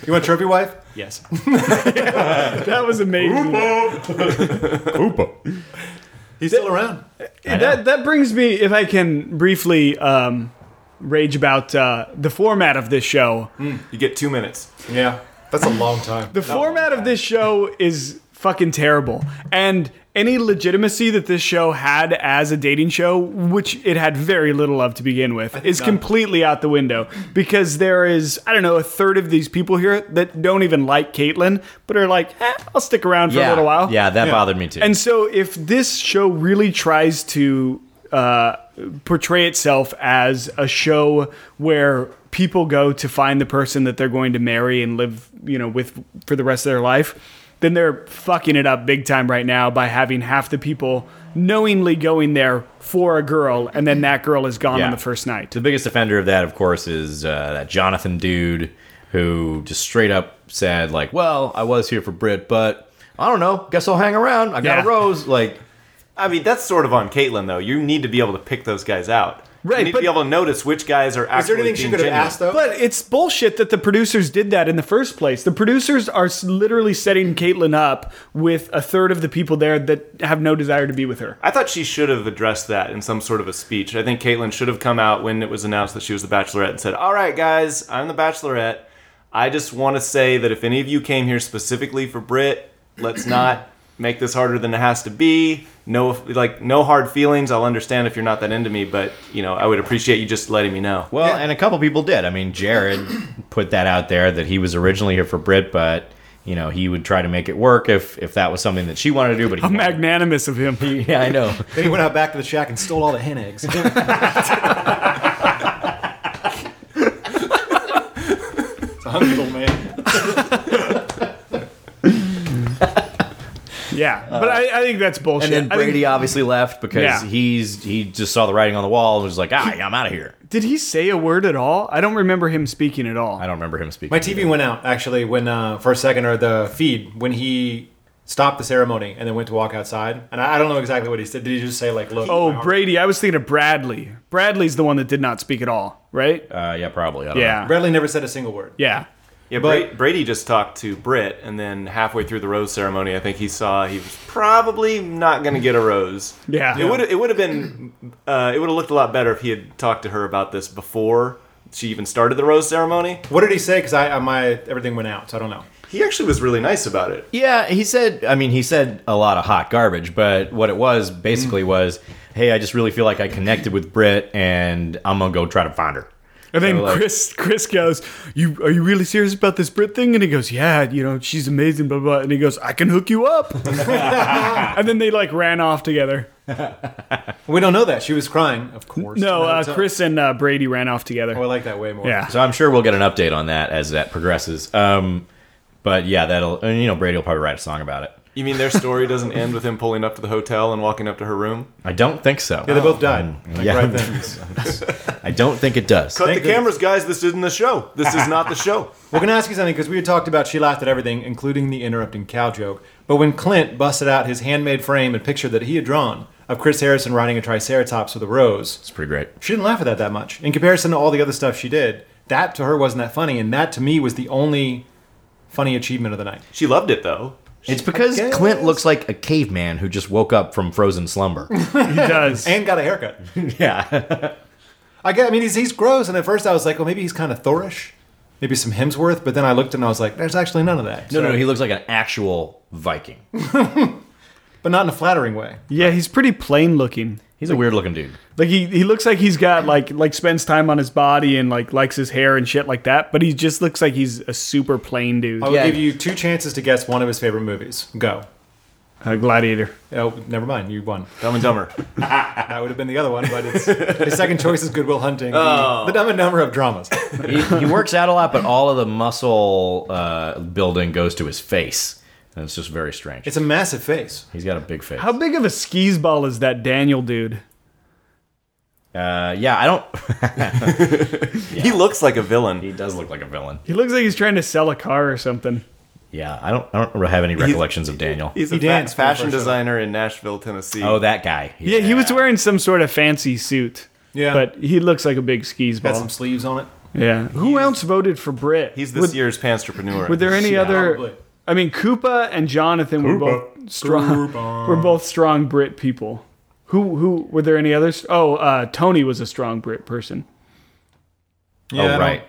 Speaker 2: You want trophy wife? Yes.
Speaker 3: *laughs* That was amazing.
Speaker 2: He's still around.
Speaker 3: that that brings me, if I can briefly um, rage about uh, the format of this show.
Speaker 1: You get two minutes.
Speaker 2: Yeah. That's a long time.
Speaker 3: The format of this show is fucking terrible. And any legitimacy that this show had as a dating show, which it had very little of to begin with, is completely out the window because there is, I don't know, a third of these people here that don't even like Caitlyn, but are like, eh, I'll stick around for a little while.
Speaker 4: yeah, that bothered me too.
Speaker 3: And so, if this show really tries to uh, portray itself as a show where people go to find the person that they're going to marry and live, you know, with for the rest of their life, then they're fucking it up big time right now by having half the people knowingly going there for a girl, and then that girl is gone
Speaker 4: Yeah.
Speaker 3: on the first night.
Speaker 4: The biggest offender of that, of course, is uh, that Jonathan dude who just straight up said, like, well, I was here for Brit, but I don't know. Guess I'll hang around. I got
Speaker 3: Yeah.
Speaker 4: a rose. Like,
Speaker 1: I mean, that's sort of on Caitlyn, though. You need to be able to pick those guys out. You
Speaker 3: Right,
Speaker 1: need
Speaker 3: but-
Speaker 1: to be able to notice which guys are actually.
Speaker 2: Is there anything she
Speaker 1: being
Speaker 2: could have
Speaker 1: genuine.
Speaker 2: asked though?
Speaker 3: But it's bullshit that the producers did that in the first place. The producers are s- literally setting Caitlyn up with a third of the people there that have no desire to be with her.
Speaker 1: I thought she should have addressed that in some sort of a speech. I think Caitlyn should have come out when it was announced that she was the Bachelorette and said, "All right, guys, I'm the Bachelorette. I just want to say that if any of you came here specifically for Brit, let's not *clears throat* make this harder than it has to be. No, like no hard feelings. I'll understand if you're not that into me, but you know, I would appreciate you just letting me know.
Speaker 4: Well, and a couple people did. I mean, Jared put that out there that he was originally here for Brit, but you know he would try to make it work if if that was something that she wanted to do. But he
Speaker 3: How
Speaker 4: wanted-
Speaker 3: *laughs* magnanimous of him.
Speaker 4: yeah, I know.
Speaker 2: Then he went out back to the shack and stole all the hen *laughs* eggs. It's a hungry little man.
Speaker 3: *laughs* Yeah, but I, I think that's bullshit.
Speaker 4: And then
Speaker 3: I think-
Speaker 4: Brady obviously left because
Speaker 3: Yeah.
Speaker 4: he's he just saw the writing on the wall and was like, ah, yeah, I'm out of here.
Speaker 3: did he say a word at all? I don't remember him speaking at all.
Speaker 4: I don't remember him speaking.
Speaker 2: My TV went out actually when uh, for a second or the feed when he stopped the ceremony and then went to walk outside. And I, I don't know exactly what he said. Did he just say like, "Look"? my
Speaker 3: Oh,
Speaker 2: heart-
Speaker 3: Brady. I was thinking of Bradley. Bradley's the one that did not speak at all, right?
Speaker 4: Uh, yeah, probably. I don't
Speaker 3: yeah.
Speaker 2: Bradley never said a single word.
Speaker 3: yeah.
Speaker 1: Yeah,
Speaker 2: But-
Speaker 1: Bra- Brady just talked to Britt, and then halfway through the rose ceremony, I think he saw he was probably not going to get a rose.
Speaker 3: Yeah.
Speaker 1: it would it would have been uh, it would have looked a lot better if he had talked to her about this before she even started the rose ceremony.
Speaker 2: What did he say? Because I, I my everything went out, so I don't know.
Speaker 1: He actually was really nice about it.
Speaker 4: Yeah, he said. I mean, he said a lot of hot garbage, but what it was basically was, "Hey, I just really feel like I connected with Brit, and I'm gonna go try to find her."
Speaker 3: And then
Speaker 4: So, like-
Speaker 3: Chris Chris goes, "You are you really serious about this Brit thing?" And he goes, "Yeah, you know she's amazing, blah blah." blah." And he goes, "I can hook you
Speaker 4: *laughs*
Speaker 3: up." *laughs* and then they like ran off together.
Speaker 2: We don't know that she was crying, of course.
Speaker 3: No, uh,
Speaker 2: so-
Speaker 3: Chris and uh, Brady ran off together.
Speaker 2: Oh, I like that way more.
Speaker 3: yeah,
Speaker 4: So I'm sure we'll get an update on that as that progresses. Um, but yeah, that'll and, you know Brady will probably write a song about it.
Speaker 1: You mean their story doesn't end with him pulling up to the hotel and walking up to her room?
Speaker 4: I don't think so. Um,
Speaker 2: Yeah, they both died. Like
Speaker 4: yeah.
Speaker 2: right then.
Speaker 4: *laughs* I don't think it does.
Speaker 1: Cut
Speaker 2: Thank
Speaker 1: the cameras, guys. This isn't the show. This is not the show.
Speaker 2: We're gonna ask you something because we had talked about she laughed at everything, including the interrupting cow joke. But when Clint busted out his handmade frame and picture that he had drawn of Chris Harrison riding a triceratops with a rose,
Speaker 4: It's pretty great.
Speaker 2: she didn't laugh at that that much. In comparison to all the other stuff she did, that to her wasn't that funny, and that to me was the only funny achievement of the night.
Speaker 1: She loved it though.
Speaker 4: It's because
Speaker 2: guess.
Speaker 4: Clint looks like a caveman who just woke up from frozen slumber.
Speaker 3: he does.
Speaker 2: And got a haircut.
Speaker 4: *laughs* yeah.
Speaker 2: I get. I mean, he's he's gross, and at first I was like, well, maybe he's kind of Thorish, maybe some Hemsworth. But then I looked and I was like, there's actually none of that.
Speaker 4: No, no,
Speaker 2: So-
Speaker 4: he looks like an actual Viking.
Speaker 2: but not in a flattering way.
Speaker 3: yeah, he's pretty plain looking.
Speaker 4: He's a weird looking dude.
Speaker 3: Like he, he looks like he's got like like spends time on his body and like likes his hair and shit like that. But he just looks like he's a super plain dude.
Speaker 2: I will
Speaker 4: Yeah.
Speaker 2: give you two chances to guess one of his favorite movies. Go.
Speaker 3: A gladiator.
Speaker 2: Oh, never mind. You won.
Speaker 1: Dumb and Dumber.
Speaker 2: *laughs* That would have been the other one, but
Speaker 4: *laughs*
Speaker 2: it's, his second choice is Goodwill Hunting.
Speaker 4: Oh.
Speaker 2: The dumb and dumber of dramas.
Speaker 4: He, he works out a lot, but all of the muscle uh, building goes to his face. And it's just very strange.
Speaker 2: It's a massive face.
Speaker 4: He's got a big face.
Speaker 3: How big of a skis ball is that Daniel dude?
Speaker 4: Uh, yeah, I don't.
Speaker 1: He looks like a villain.
Speaker 4: He does look like a villain.
Speaker 3: He looks like he's trying to sell a car or something.
Speaker 4: Yeah, I don't. I don't have any recollections of Daniel.
Speaker 1: He's a
Speaker 2: He
Speaker 1: fa-
Speaker 2: danced for the
Speaker 1: fashion
Speaker 2: first show.
Speaker 1: designer in Nashville, Tennessee.
Speaker 4: Oh, that guy.
Speaker 3: Yeah, he was wearing some sort of fancy suit.
Speaker 2: Yeah.
Speaker 3: But Oh, he looks like a big skis
Speaker 2: Got
Speaker 3: ball.
Speaker 2: some sleeves on it.
Speaker 3: Yeah. Who else voted for Brit?
Speaker 1: He's this
Speaker 3: Would-
Speaker 1: year's pantrepreneur.
Speaker 3: Were there any other?
Speaker 2: probably.
Speaker 3: I mean, Koopa and Jonathan were both strong. Were both strong Brit people. Who who were there any others? Oh, uh, Tony was a strong Brit person.
Speaker 4: Oh,
Speaker 2: I don't-
Speaker 4: right.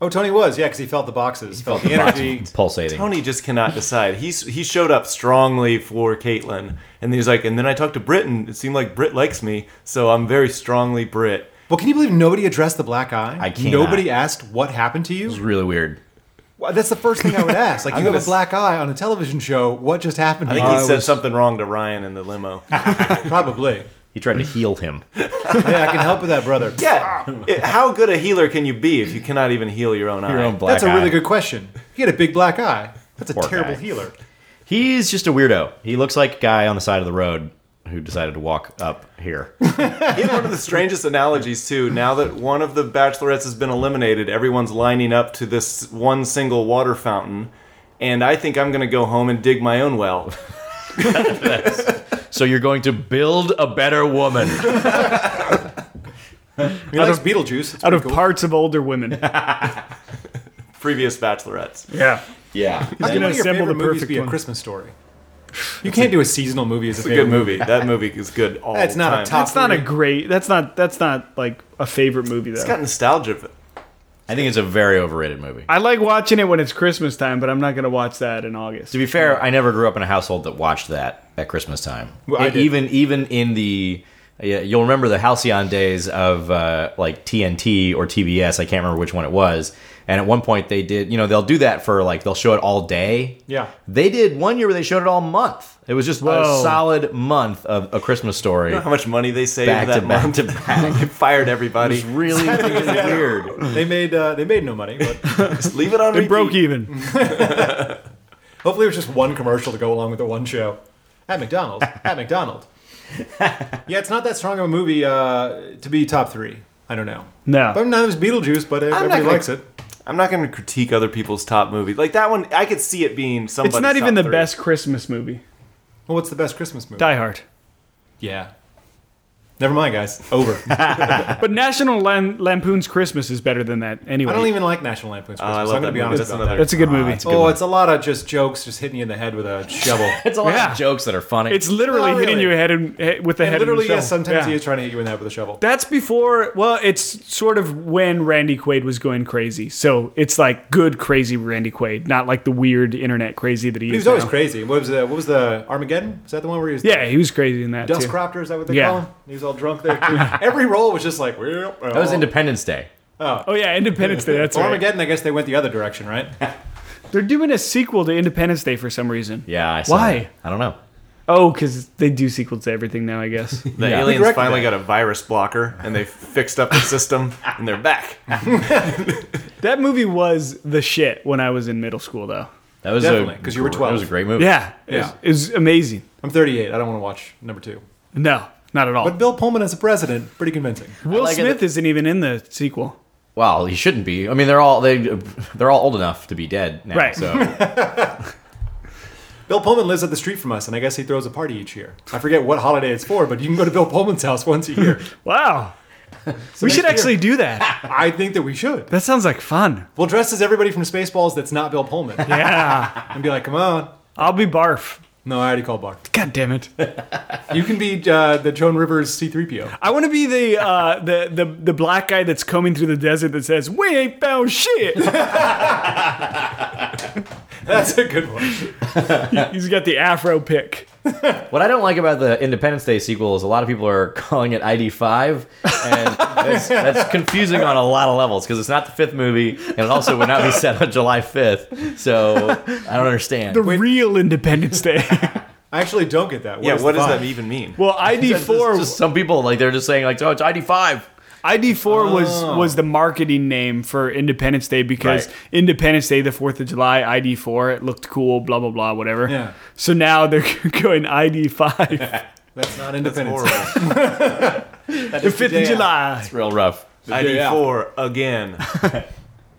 Speaker 2: Oh, Tony was. Yeah, because he felt the boxes. He felt the energy.
Speaker 4: Pulsating.
Speaker 1: Tony just cannot decide. He's he showed up strongly for Caitlyn, and he's like, and then I talked to Brit, and it seemed like Brit likes me, so I'm very strongly Brit.
Speaker 2: Well, can you believe nobody addressed the black eye?
Speaker 4: I cannot.
Speaker 2: Nobody asked what happened to
Speaker 4: It's
Speaker 2: you.
Speaker 4: really weird.
Speaker 2: Well, that's the first thing I would ask. Like, you have a black eye on a television show. What just happened?
Speaker 1: I
Speaker 2: to
Speaker 1: think
Speaker 2: you?
Speaker 1: he said
Speaker 2: *laughs*
Speaker 1: something wrong to Ryan in the limo. *laughs*
Speaker 2: probably.
Speaker 4: He tried to heal him.
Speaker 2: Yeah, I can help with that, brother.
Speaker 1: yeah, It- how good a healer can you be if you cannot even heal your own eye?
Speaker 4: Your own black
Speaker 2: That's a really
Speaker 4: eye.
Speaker 2: good question. He had a big black eye. That's a
Speaker 4: Poor
Speaker 2: terrible
Speaker 4: guy.
Speaker 2: healer.
Speaker 4: He's just a weirdo. He looks like a guy on the side of the road who decided to walk up here.
Speaker 1: He had one of the strangest analogies too. Now that one of the bachelorettes has been eliminated, everyone's lining up to this one single water fountain, and I think I'm going to go home and dig my own well. *laughs*
Speaker 4: so you're going to build a better woman.
Speaker 2: He likes Beetlejuice. It's
Speaker 3: Out
Speaker 2: pretty
Speaker 3: of
Speaker 2: cool.
Speaker 3: parts of older women.
Speaker 1: Previous bachelorettes.
Speaker 3: yeah.
Speaker 4: yeah.
Speaker 2: How can
Speaker 3: gonna
Speaker 2: one of your
Speaker 3: assemble
Speaker 2: favorite
Speaker 3: the
Speaker 2: movies
Speaker 3: perfect
Speaker 2: be a
Speaker 3: one.
Speaker 2: Christmas story? You can't do a seasonal movie as a favorite
Speaker 1: Good movie. That movie is good all
Speaker 2: That's not a
Speaker 1: time.
Speaker 2: top
Speaker 3: That's not a
Speaker 2: three.
Speaker 3: great. That's not. That's not like a favorite movie though.
Speaker 1: It's got nostalgia.
Speaker 4: I think it's a very overrated movie.
Speaker 3: I like watching it when it's Christmas time, but I'm not going to watch that in August.
Speaker 4: To be fair, I never grew up in a household that watched that at Christmas time.
Speaker 2: Well, I
Speaker 4: E-
Speaker 2: did.
Speaker 4: even even in the yeah, you'll remember the halcyon days of uh, like TNT or TBS. I can't remember which one it was. And at one point they did, you know, they'll do that for like they'll show it all day.
Speaker 2: Yeah.
Speaker 4: They did one year where they showed it all month. It was just
Speaker 3: Whoa.
Speaker 4: a solid month of a Christmas story.
Speaker 1: How much money they saved
Speaker 4: Back to
Speaker 1: that
Speaker 4: back
Speaker 1: month
Speaker 4: to
Speaker 1: back. fired everybody.
Speaker 4: It's *laughs*
Speaker 2: *laughs*
Speaker 4: really, really weird.
Speaker 2: They made uh, they made no money, but
Speaker 1: Just leave it on.
Speaker 3: it broke
Speaker 1: repeat.
Speaker 3: even.
Speaker 2: hopefully it was just one commercial to go along with the one show. At McDonald's. At McDonald's. yeah, it's not that strong of a movie uh, to be top three. I don't know.
Speaker 3: No.
Speaker 2: But no, it was Beetlejuice, but
Speaker 1: not
Speaker 2: everybody
Speaker 1: gonna-
Speaker 2: likes it.
Speaker 1: I'm not going to critique other people's top movies. Like that one, I could see it being somebody's
Speaker 3: It's not even the
Speaker 1: top three.
Speaker 3: best Christmas movie.
Speaker 2: Well, what's the best Christmas movie?
Speaker 3: Die Hard.
Speaker 2: Yeah. Never mind, guys. Over. I
Speaker 3: But National Lam- Lampoon's Christmas is better than that anyway.
Speaker 2: don't even like National Lampoon's Christmas.
Speaker 1: I love
Speaker 2: so I'm going to
Speaker 1: that
Speaker 2: be
Speaker 1: movie.
Speaker 2: honest
Speaker 1: That's
Speaker 2: about
Speaker 1: another-
Speaker 2: that.
Speaker 3: That's a good movie.
Speaker 4: it's a good
Speaker 2: Oh,
Speaker 4: one.
Speaker 2: it's a lot of just jokes, just hitting you in the head with a shovel.
Speaker 4: It's a lot
Speaker 3: Yeah.
Speaker 4: of jokes that are funny.
Speaker 3: it's literally
Speaker 2: Not
Speaker 3: hitting
Speaker 2: Oh, really.
Speaker 3: you head in, he- with the
Speaker 2: And
Speaker 3: head.
Speaker 2: literally,
Speaker 3: in the
Speaker 2: yes,
Speaker 3: shovel.
Speaker 2: sometimes
Speaker 3: Yeah.
Speaker 2: he is trying to hit you in the head with a shovel.
Speaker 3: That's before. Well, it's sort of when Randy Quaid was going crazy. So it's like good crazy Randy Quaid, not like the weird internet crazy that he
Speaker 2: He
Speaker 3: is.
Speaker 2: was always
Speaker 3: now.
Speaker 2: crazy. What was the what was the Armageddon? Is that the one where he was
Speaker 3: Yeah, he was crazy in that.
Speaker 2: dust
Speaker 3: too.
Speaker 2: cropter? Is that what they
Speaker 3: Yeah.
Speaker 2: call him? He was all drunk there. Too. Every role was just like well,
Speaker 4: that was Independence Day.
Speaker 3: Oh yeah, Independence Day. That's right.
Speaker 2: Armageddon. I guess they went the other direction, right?
Speaker 3: They're doing a sequel to Independence Day for some reason.
Speaker 4: Yeah, I saw
Speaker 3: Why?
Speaker 4: that. I don't know.
Speaker 3: Oh, because they do sequels to everything now, I
Speaker 2: *laughs*
Speaker 3: guess.
Speaker 1: The
Speaker 4: Yeah.
Speaker 1: aliens
Speaker 2: directed
Speaker 1: finally
Speaker 2: that?
Speaker 1: got a virus blocker and they fixed up the system and they're *laughs* back.
Speaker 3: that movie was the shit when I was in middle school, though.
Speaker 4: That was
Speaker 2: Definitely,
Speaker 4: a
Speaker 2: 'cause you were
Speaker 4: gr-
Speaker 2: 12.
Speaker 4: That was a great movie.
Speaker 3: Yeah, it was-
Speaker 2: Yeah.
Speaker 3: it was amazing.
Speaker 2: I'm 38. I don't want to watch number two.
Speaker 3: No, not at all.
Speaker 2: But Bill Pullman as a president, pretty convincing.
Speaker 3: Will
Speaker 4: like it
Speaker 3: Smith
Speaker 4: that-
Speaker 3: is isn't even in the sequel.
Speaker 4: Well, he shouldn't be. I mean, they're all they they're all old enough to be dead now.
Speaker 3: Right.
Speaker 4: So
Speaker 2: Bill Pullman lives up the street from us, and I guess he throws a party each year. I forget what holiday it's for, but you can go to Bill Pullman's house once a year.
Speaker 3: *laughs* Wow. we should
Speaker 2: next year-
Speaker 3: actually do that.
Speaker 2: I think that we should.
Speaker 3: *laughs* That sounds like fun.
Speaker 2: We'll dress as everybody from Spaceballs that's not Bill Pullman,
Speaker 3: Yeah.
Speaker 2: and be like, "Come on."
Speaker 3: I'll be barf.
Speaker 2: No, I already called Bart.
Speaker 3: God damn it.
Speaker 2: You can be uh, the Joan
Speaker 3: *laughs*
Speaker 2: Rivers C-3PO.
Speaker 3: I want to be the, uh, the the the black guy that's combing through the desert that says, "We ain't found *laughs* shit."
Speaker 2: That's a good one.
Speaker 3: He's got the afro pick.
Speaker 4: what I don't like about the Independence Day sequel is a lot of people are calling it ID five, and that's, that's confusing on a lot of levels because it's not the fifth movie, and it also would not be set on July fifth. So I don't understand.
Speaker 3: The real Independence *laughs* Day.
Speaker 2: I actually don't get that.
Speaker 1: yeah,
Speaker 2: is
Speaker 1: what
Speaker 2: the
Speaker 1: does that
Speaker 2: vibe?
Speaker 1: even mean?
Speaker 3: well, ID
Speaker 4: It's just-
Speaker 3: four
Speaker 4: just some people like they're just saying like, oh, it's ID five.
Speaker 3: ID four was was the marketing name for Independence Day because
Speaker 4: Right.
Speaker 3: Independence Day, the Fourth of July, ID four, it looked cool, blah blah blah, whatever.
Speaker 2: Yeah.
Speaker 3: So now they're *laughs* going ID five,
Speaker 2: That's not
Speaker 1: That's
Speaker 2: independence.
Speaker 1: horrible.
Speaker 3: the *laughs* Fifth of
Speaker 2: day
Speaker 3: July.
Speaker 4: It's real rough.
Speaker 1: ID
Speaker 2: Yeah.
Speaker 1: four again.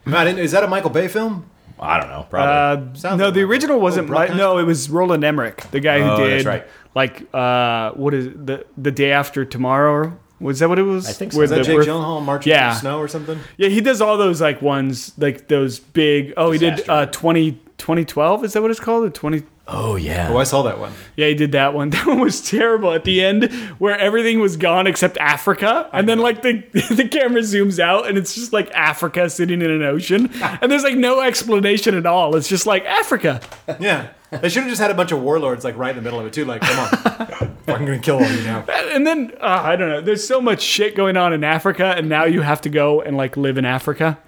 Speaker 2: Matt, is that a Michael Bay film?
Speaker 4: I don't know. Probably.
Speaker 3: Uh,
Speaker 2: Sounds
Speaker 3: no,
Speaker 2: like
Speaker 3: the
Speaker 2: one.
Speaker 3: original wasn't. Mi-
Speaker 2: Broadcast?
Speaker 3: no, it was Roland Emmerich, the guy who
Speaker 4: Oh,
Speaker 3: did
Speaker 4: that's right.
Speaker 3: like uh, what is the the day after tomorrow? Was that what it was? I
Speaker 4: think so.
Speaker 2: Is that Jake Gyllenhaal marching
Speaker 3: Yeah.
Speaker 2: through the snow or something?
Speaker 3: Yeah, he does all those like ones, like those big. Oh, he did
Speaker 4: Disaster.
Speaker 3: uh, 20, 2012, Is that what it's called? Or twenty?
Speaker 4: oh yeah.
Speaker 2: Oh, I saw that one.
Speaker 3: Yeah, he did that one. *laughs* That one was terrible at the end, where everything was gone except Africa, and then like the *laughs* the camera zooms out, and it's just like Africa sitting in an
Speaker 4: *laughs*
Speaker 3: ocean, and there's like no explanation at all. It's just like Africa.
Speaker 2: Yeah, they should have just had a bunch of warlords like right in the middle of it too. Like, come on, I'm gonna kill all of you now.
Speaker 3: And then uh, I don't know. There's so much shit going on in Africa, and now you have to go and like live in Africa.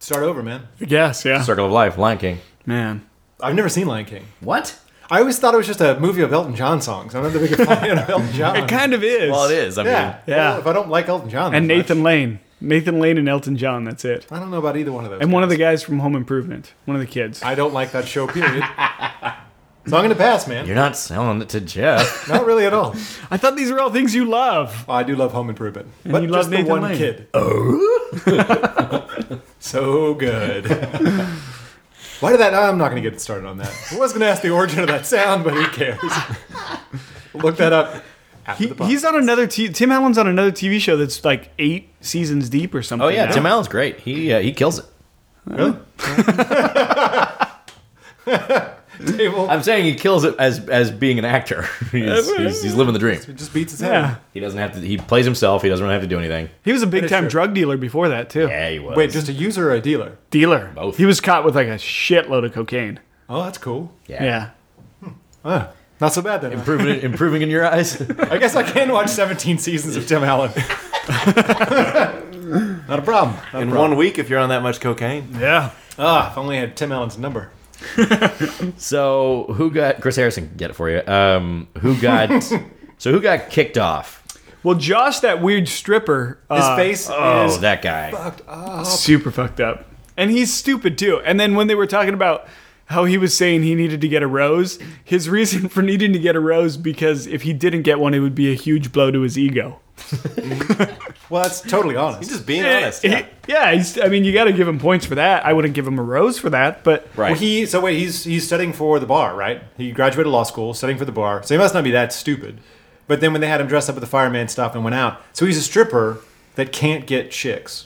Speaker 2: Start over, man.
Speaker 3: Yes, yeah,
Speaker 4: Circle of Life, Lion King.
Speaker 3: man.
Speaker 2: I've never seen Lion King.
Speaker 4: What?
Speaker 2: I always thought it was just a movie of Elton John songs. I'm not the biggest fan of Elton
Speaker 3: *laughs*
Speaker 2: John.
Speaker 3: It kind of is.
Speaker 4: Well, it is. I mean,
Speaker 2: yeah,
Speaker 3: Yeah.
Speaker 2: Well, if I don't like Elton John,
Speaker 3: And
Speaker 2: that much,
Speaker 3: Nathan Lane, Nathan Lane and Elton John. That's it.
Speaker 2: I don't know about either one of those.
Speaker 3: And one of the guys from Home Improvement, one of the kids.
Speaker 2: I don't like that show. Period. so I'm gonna pass, man.
Speaker 4: you're not selling it to Jeff.
Speaker 2: Not really at all.
Speaker 3: I thought these were all things you love.
Speaker 2: Well, I do love Home Improvement, but
Speaker 3: you
Speaker 2: just
Speaker 3: love
Speaker 2: the
Speaker 3: Nathan
Speaker 2: one
Speaker 3: Lane.
Speaker 2: kid. Oh, *laughs* so good. Why did that? I'm not going to get started on that. I was going to ask the origin of that sound, but who cares? Look that up. After
Speaker 3: He,
Speaker 2: the pod.
Speaker 3: he's on another. T- Tim Allen's on another TV show that's like eight seasons deep or something.
Speaker 4: Oh yeah,
Speaker 3: now.
Speaker 4: Tim Allen's great. He uh, he kills it.
Speaker 2: really. table.
Speaker 4: I'm saying he kills it as as being an actor. *laughs* he's, he's, he's living the dream.
Speaker 2: It just beats his
Speaker 3: Yeah.
Speaker 2: head.
Speaker 4: He doesn't have to. He plays himself. He doesn't have to do anything.
Speaker 3: He was a big time
Speaker 2: true.
Speaker 3: drug dealer before that too.
Speaker 4: Yeah, he was.
Speaker 2: Wait, just a user or a dealer?
Speaker 3: Dealer.
Speaker 4: Both.
Speaker 3: He was caught with like a shitload of cocaine.
Speaker 2: Oh, that's cool.
Speaker 4: yeah.
Speaker 3: Yeah.
Speaker 2: Ah, not so bad then.
Speaker 4: Improving, improving in your eyes. *laughs*
Speaker 2: I guess I can watch 17 seasons of Tim *laughs* Allen. not a problem. Not a
Speaker 1: In
Speaker 2: problem.
Speaker 1: one week, if you're on that much cocaine,
Speaker 3: Yeah.
Speaker 2: Ah, if only I had Tim Allen's number.
Speaker 4: so who got Chris Harrison? can Get it for you. Um, who
Speaker 2: *laughs*
Speaker 4: got? so who got kicked off?
Speaker 3: Well, Josh, that weird stripper,
Speaker 2: His
Speaker 3: uh,
Speaker 2: face
Speaker 4: Oh,
Speaker 2: is
Speaker 4: that guy.
Speaker 3: super fucked up, and he's stupid too. And then when they were talking about how he was saying he needed to get a rose, his reason for needing to get a rose because if he didn't get one, it would be a huge blow to his ego. Eh,
Speaker 2: well. That's totally
Speaker 1: he's
Speaker 2: honest.
Speaker 1: just being honest. Yeah.
Speaker 3: yeah. He's, I mean, you got to give him points for that. I wouldn't give him a rose for that, but
Speaker 4: Right.
Speaker 2: Well, he so wait he's he's studying for the bar, right? He graduated law school, studying for the bar, so he must not be that stupid. But then when they had him dress up with the fireman stuff and went out, so he's a stripper that can't get chicks.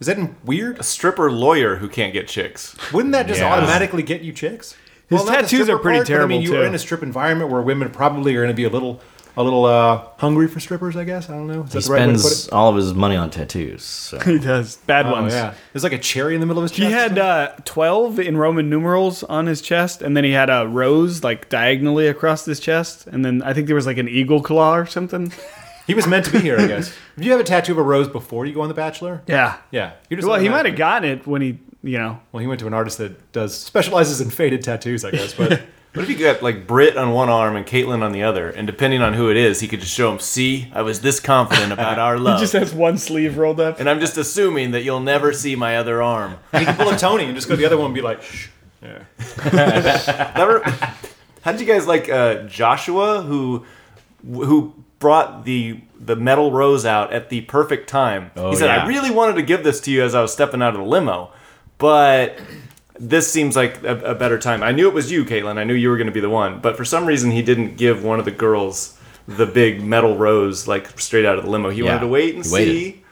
Speaker 2: Is that weird?
Speaker 1: Stripper lawyer who can't get chicks.
Speaker 2: Wouldn't that just
Speaker 4: Yeah.
Speaker 2: automatically get you chicks?
Speaker 3: His
Speaker 2: not the
Speaker 3: tattoos
Speaker 2: stripper
Speaker 3: are pretty
Speaker 2: but I mean,
Speaker 3: terrible,
Speaker 2: you are
Speaker 3: too.
Speaker 2: in a strip environment where women probably are going to be a little, a little uh, hungry for strippers. I guess I don't know. Is
Speaker 4: he
Speaker 2: that the right way to put
Speaker 4: spends
Speaker 2: it?
Speaker 4: all of his money on tattoos.
Speaker 2: *laughs*
Speaker 4: So.
Speaker 3: he does bad
Speaker 2: Oh
Speaker 3: ones.
Speaker 2: yeah, there's like a cherry in the middle of his.
Speaker 3: He
Speaker 2: chest or
Speaker 3: had
Speaker 2: something?
Speaker 3: uh, 12 in Roman numerals on his chest, and then he had a rose like diagonally across his chest, and then I think there was like an eagle claw or something.
Speaker 2: He was meant to be here,
Speaker 3: *laughs*
Speaker 2: I guess. if you have a tattoo of a rose before you go on The Bachelor,
Speaker 3: Yeah.
Speaker 2: yeah, you're just
Speaker 3: Well, he might
Speaker 2: automatically-
Speaker 3: have gotten it when he, you know.
Speaker 2: Well, he went to an artist that does specializes in faded tattoos, I
Speaker 3: *laughs*
Speaker 2: guess. But
Speaker 1: What if you got like Brit on one arm and Caitlin on the other, and depending on who it is, he could just show him, "See, I was this confident about our love."
Speaker 3: has one sleeve rolled up.
Speaker 1: and I'm just assuming that you'll never see my other arm.
Speaker 2: he could pull a Tony and just go to the other one and be like, Shh. Yeah.
Speaker 1: Never. How did you guys like uh, Joshua, who who brought the the metal rose out at the perfect time? he said,
Speaker 4: Oh, yeah.
Speaker 1: "I really wanted to give this to you as I was stepping out of the limo, but this seems like a, a better time." I knew it was you, Caitlin. I knew you were going to be the one, but for some reason, he didn't give one of the girls the big metal rose like straight out of the limo. He
Speaker 4: Yeah.
Speaker 1: wanted to wait and
Speaker 4: He waited.
Speaker 1: see.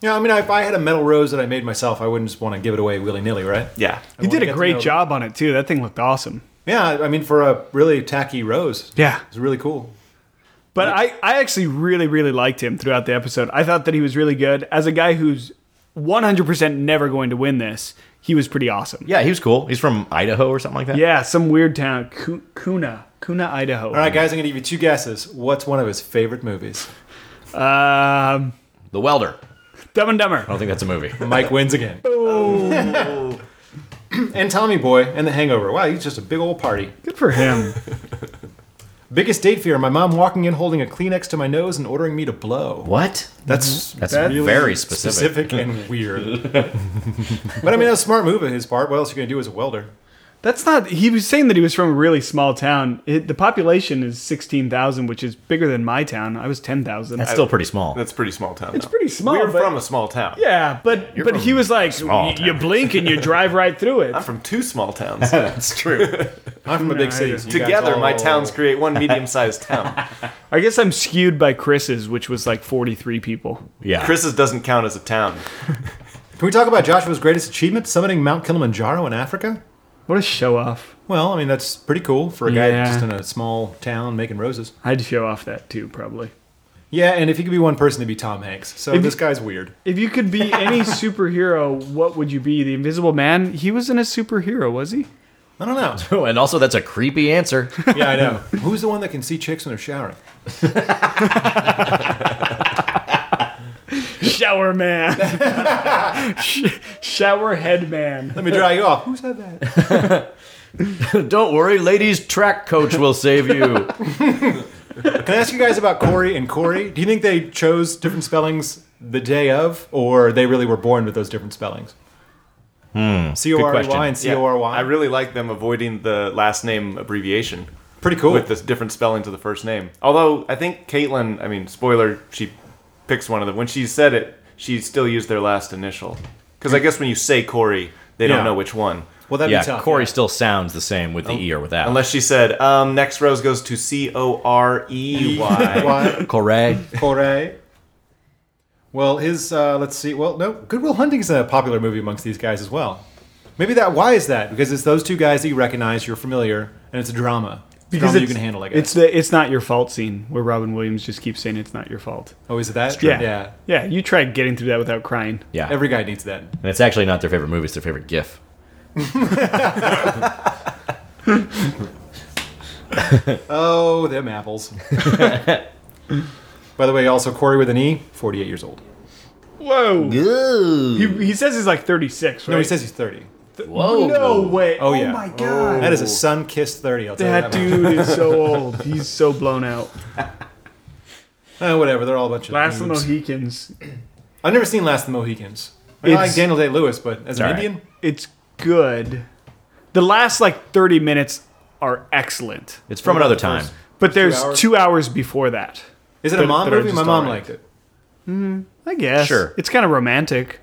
Speaker 2: Yeah, I mean, if I had a metal rose that I made myself, I wouldn't just want to give it away willy nilly, right?
Speaker 1: Yeah,
Speaker 3: He
Speaker 2: wanna
Speaker 3: did
Speaker 2: get
Speaker 3: a
Speaker 2: to
Speaker 3: great
Speaker 2: know-
Speaker 3: job on it, too. That thing looked awesome.
Speaker 2: Yeah, I mean, for a really tacky rose,
Speaker 3: Yeah.
Speaker 2: it's really cool.
Speaker 3: But I, I actually really, really liked him throughout the episode. I thought that he was really good. As a guy who's 100% never going to win this, he was pretty awesome.
Speaker 4: Yeah, he was cool. He's from Idaho or something like that.
Speaker 3: Yeah, some weird town, Cu- Kuna, Kuna, Idaho.
Speaker 2: All right, guys, I'm gonna give you two guesses. What's one of his favorite movies?
Speaker 3: Um,
Speaker 4: The Welder. I
Speaker 3: Dumb and Dumber.
Speaker 4: don't think that's a movie.
Speaker 2: Mike wins again. *clears throat* and Tommy Boy and The Hangover. Wow, he's just a big old party.
Speaker 3: Good for him.
Speaker 2: Biggest date fear: my mom walking in holding a Kleenex to my nose and ordering me to blow.
Speaker 4: What?
Speaker 2: That's
Speaker 4: That's very specific.
Speaker 2: specific and weird. but I mean, that's a smart move on his part. What else are you going to do as a welder?
Speaker 3: *laughs* That's not. He was saying that he was from a really small town. It, the population is sixteen thousand, which is bigger than my town. I was ten thousand.
Speaker 4: That's still pretty small.
Speaker 1: that's a pretty small town. It's
Speaker 3: pretty small,
Speaker 1: We're
Speaker 3: but-
Speaker 1: from a small town.
Speaker 3: Yeah, but but he was like, "Y- you blink and you drive right through *laughs* it.
Speaker 1: I'm from two
Speaker 4: *laughs*
Speaker 1: small towns.
Speaker 4: That's true.
Speaker 2: I'm from a big city.
Speaker 3: I-
Speaker 2: so you guys
Speaker 1: Together, my
Speaker 2: all-
Speaker 1: towns
Speaker 2: *laughs*
Speaker 1: create one medium-sized town.
Speaker 3: I guess I'm skewed by Chris's, which was like forty three people.
Speaker 4: yeah.
Speaker 1: Chris's doesn't count as a town.
Speaker 2: Can we talk about Joshua's greatest achievement, summiting Mount Kilimanjaro in Africa?
Speaker 3: What a show off!
Speaker 2: Well, I mean, that's pretty cool for a guy
Speaker 3: Yeah.
Speaker 2: just in a small town making roses.
Speaker 3: I'd show off that too, probably.
Speaker 2: Yeah, and if he could be one person, it'd be Tom Hanks. So
Speaker 3: If-
Speaker 2: this guy's weird.
Speaker 3: If you could be *laughs* any superhero, what would you be? The Invisible Man? He wasn't a superhero, was he?
Speaker 2: I don't know.
Speaker 4: Oh, *laughs* and also, that's a creepy answer.
Speaker 2: Yeah, I *laughs* know. Who's the one that can see chicks when they're showering?
Speaker 3: Shower man. *laughs* Sh- shower head man.
Speaker 2: Let me dry you off. Who said that?
Speaker 4: Don't worry, ladies. Track coach will save *laughs* you.
Speaker 2: *laughs* Can I ask you guys about Corey and Corey? Do you think they chose different spellings the day of, or they really were born with those different spellings? Hmm. C O R E
Speaker 4: question.
Speaker 2: Y and C O R Y.
Speaker 1: I really like them avoiding the last name abbreviation
Speaker 2: Pretty cool.
Speaker 1: with the different spellings of the first name. Although I think Caitlin, I mean, spoiler, she picks one of them. When she said it, she still used their last initial. Because I guess when you say Corey, they
Speaker 2: Yeah.
Speaker 1: don't know which one.
Speaker 2: well, that'd
Speaker 4: yeah,
Speaker 2: be tough.
Speaker 4: Corey still sounds the same with the E or without.
Speaker 1: Unless she said, um, next rose goes to C O R E *laughs* Y.
Speaker 2: *laughs* *laughs* Why?
Speaker 4: Corey.
Speaker 2: Corey. Well, his uh, let's see. Well, no, Goodwill Hunting's a popular movie amongst these guys as well. Maybe that. Why is that? Because it's those two guys that you recognize, you're familiar, and it's a drama. It's a drama you
Speaker 3: it's-
Speaker 2: can handle, I guess.
Speaker 3: It's the it's not your fault scene where Robin Williams just keeps saying it's not your fault.
Speaker 2: oh, is it that?
Speaker 3: Yeah.
Speaker 2: yeah.
Speaker 3: Yeah, you try getting through that without crying.
Speaker 4: *laughs* Yeah.
Speaker 2: Every guy needs that.
Speaker 4: and it's actually not their favorite movie, it's their favorite GIF.
Speaker 2: Oh,
Speaker 3: *laughs*
Speaker 2: them apples. By the way, also Corey with an E, 48 years old.
Speaker 3: Whoa. He, he says he's like 36, right?
Speaker 2: No, he says he's 30.
Speaker 4: Whoa.
Speaker 3: No way.
Speaker 2: Oh, yeah.
Speaker 3: my god.
Speaker 2: That is a sun kissed 30. I'll tell
Speaker 3: That
Speaker 2: you that.
Speaker 3: dude is so old. He's so blown out.
Speaker 2: much. Eh, whatever, they're all a bunch of.
Speaker 3: Last of the
Speaker 2: noobs.
Speaker 3: Mohicans.
Speaker 2: I've never seen Last of the Mohicans. I mean, I
Speaker 3: It's-
Speaker 2: like Daniel Day Lewis, but as an
Speaker 4: all right.
Speaker 2: Indian,
Speaker 3: It's good. The last like 30 minutes are excellent.
Speaker 4: It's from another time.
Speaker 3: But there's
Speaker 2: hours?
Speaker 3: two hours before that.
Speaker 2: is it
Speaker 3: That-
Speaker 2: a mom
Speaker 3: that are
Speaker 2: movie? My
Speaker 3: just
Speaker 2: mom
Speaker 3: all right.
Speaker 2: liked it.
Speaker 3: I guess.
Speaker 4: Sure.
Speaker 3: It's kind of romantic.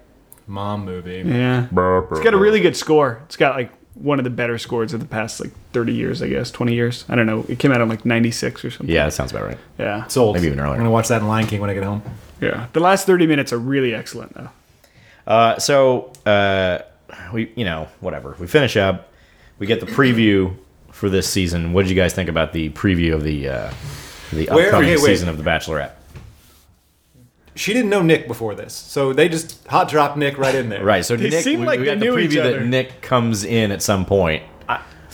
Speaker 2: Mom movie.
Speaker 3: Yeah. It's got a really good score. It's got like one of the better scores of the past like 30 years, I guess, 20 years. I don't know. It came out in like 96 or something.
Speaker 4: Yeah, that sounds about right.
Speaker 3: Yeah.
Speaker 2: It's old.
Speaker 4: Maybe even earlier.
Speaker 2: I'm gonna watch that in Lion King when I get home.
Speaker 3: Yeah. The last 30 minutes are really excellent though.
Speaker 4: Uh, so uh, we, you know, whatever. We finish up. We get the preview for this season. What did you guys think about the preview of the uh, the
Speaker 2: Where-
Speaker 4: upcoming
Speaker 2: okay, wait.
Speaker 4: season of The Bachelorette?
Speaker 2: She didn't know Nick before this, so they just hot dropped Nick right in there.
Speaker 4: Right. So
Speaker 3: They
Speaker 4: Nick,
Speaker 3: seem
Speaker 4: we,
Speaker 3: like
Speaker 4: we
Speaker 3: they
Speaker 4: got the
Speaker 3: knew each
Speaker 4: preview that
Speaker 3: other.
Speaker 4: Nick comes in at some point.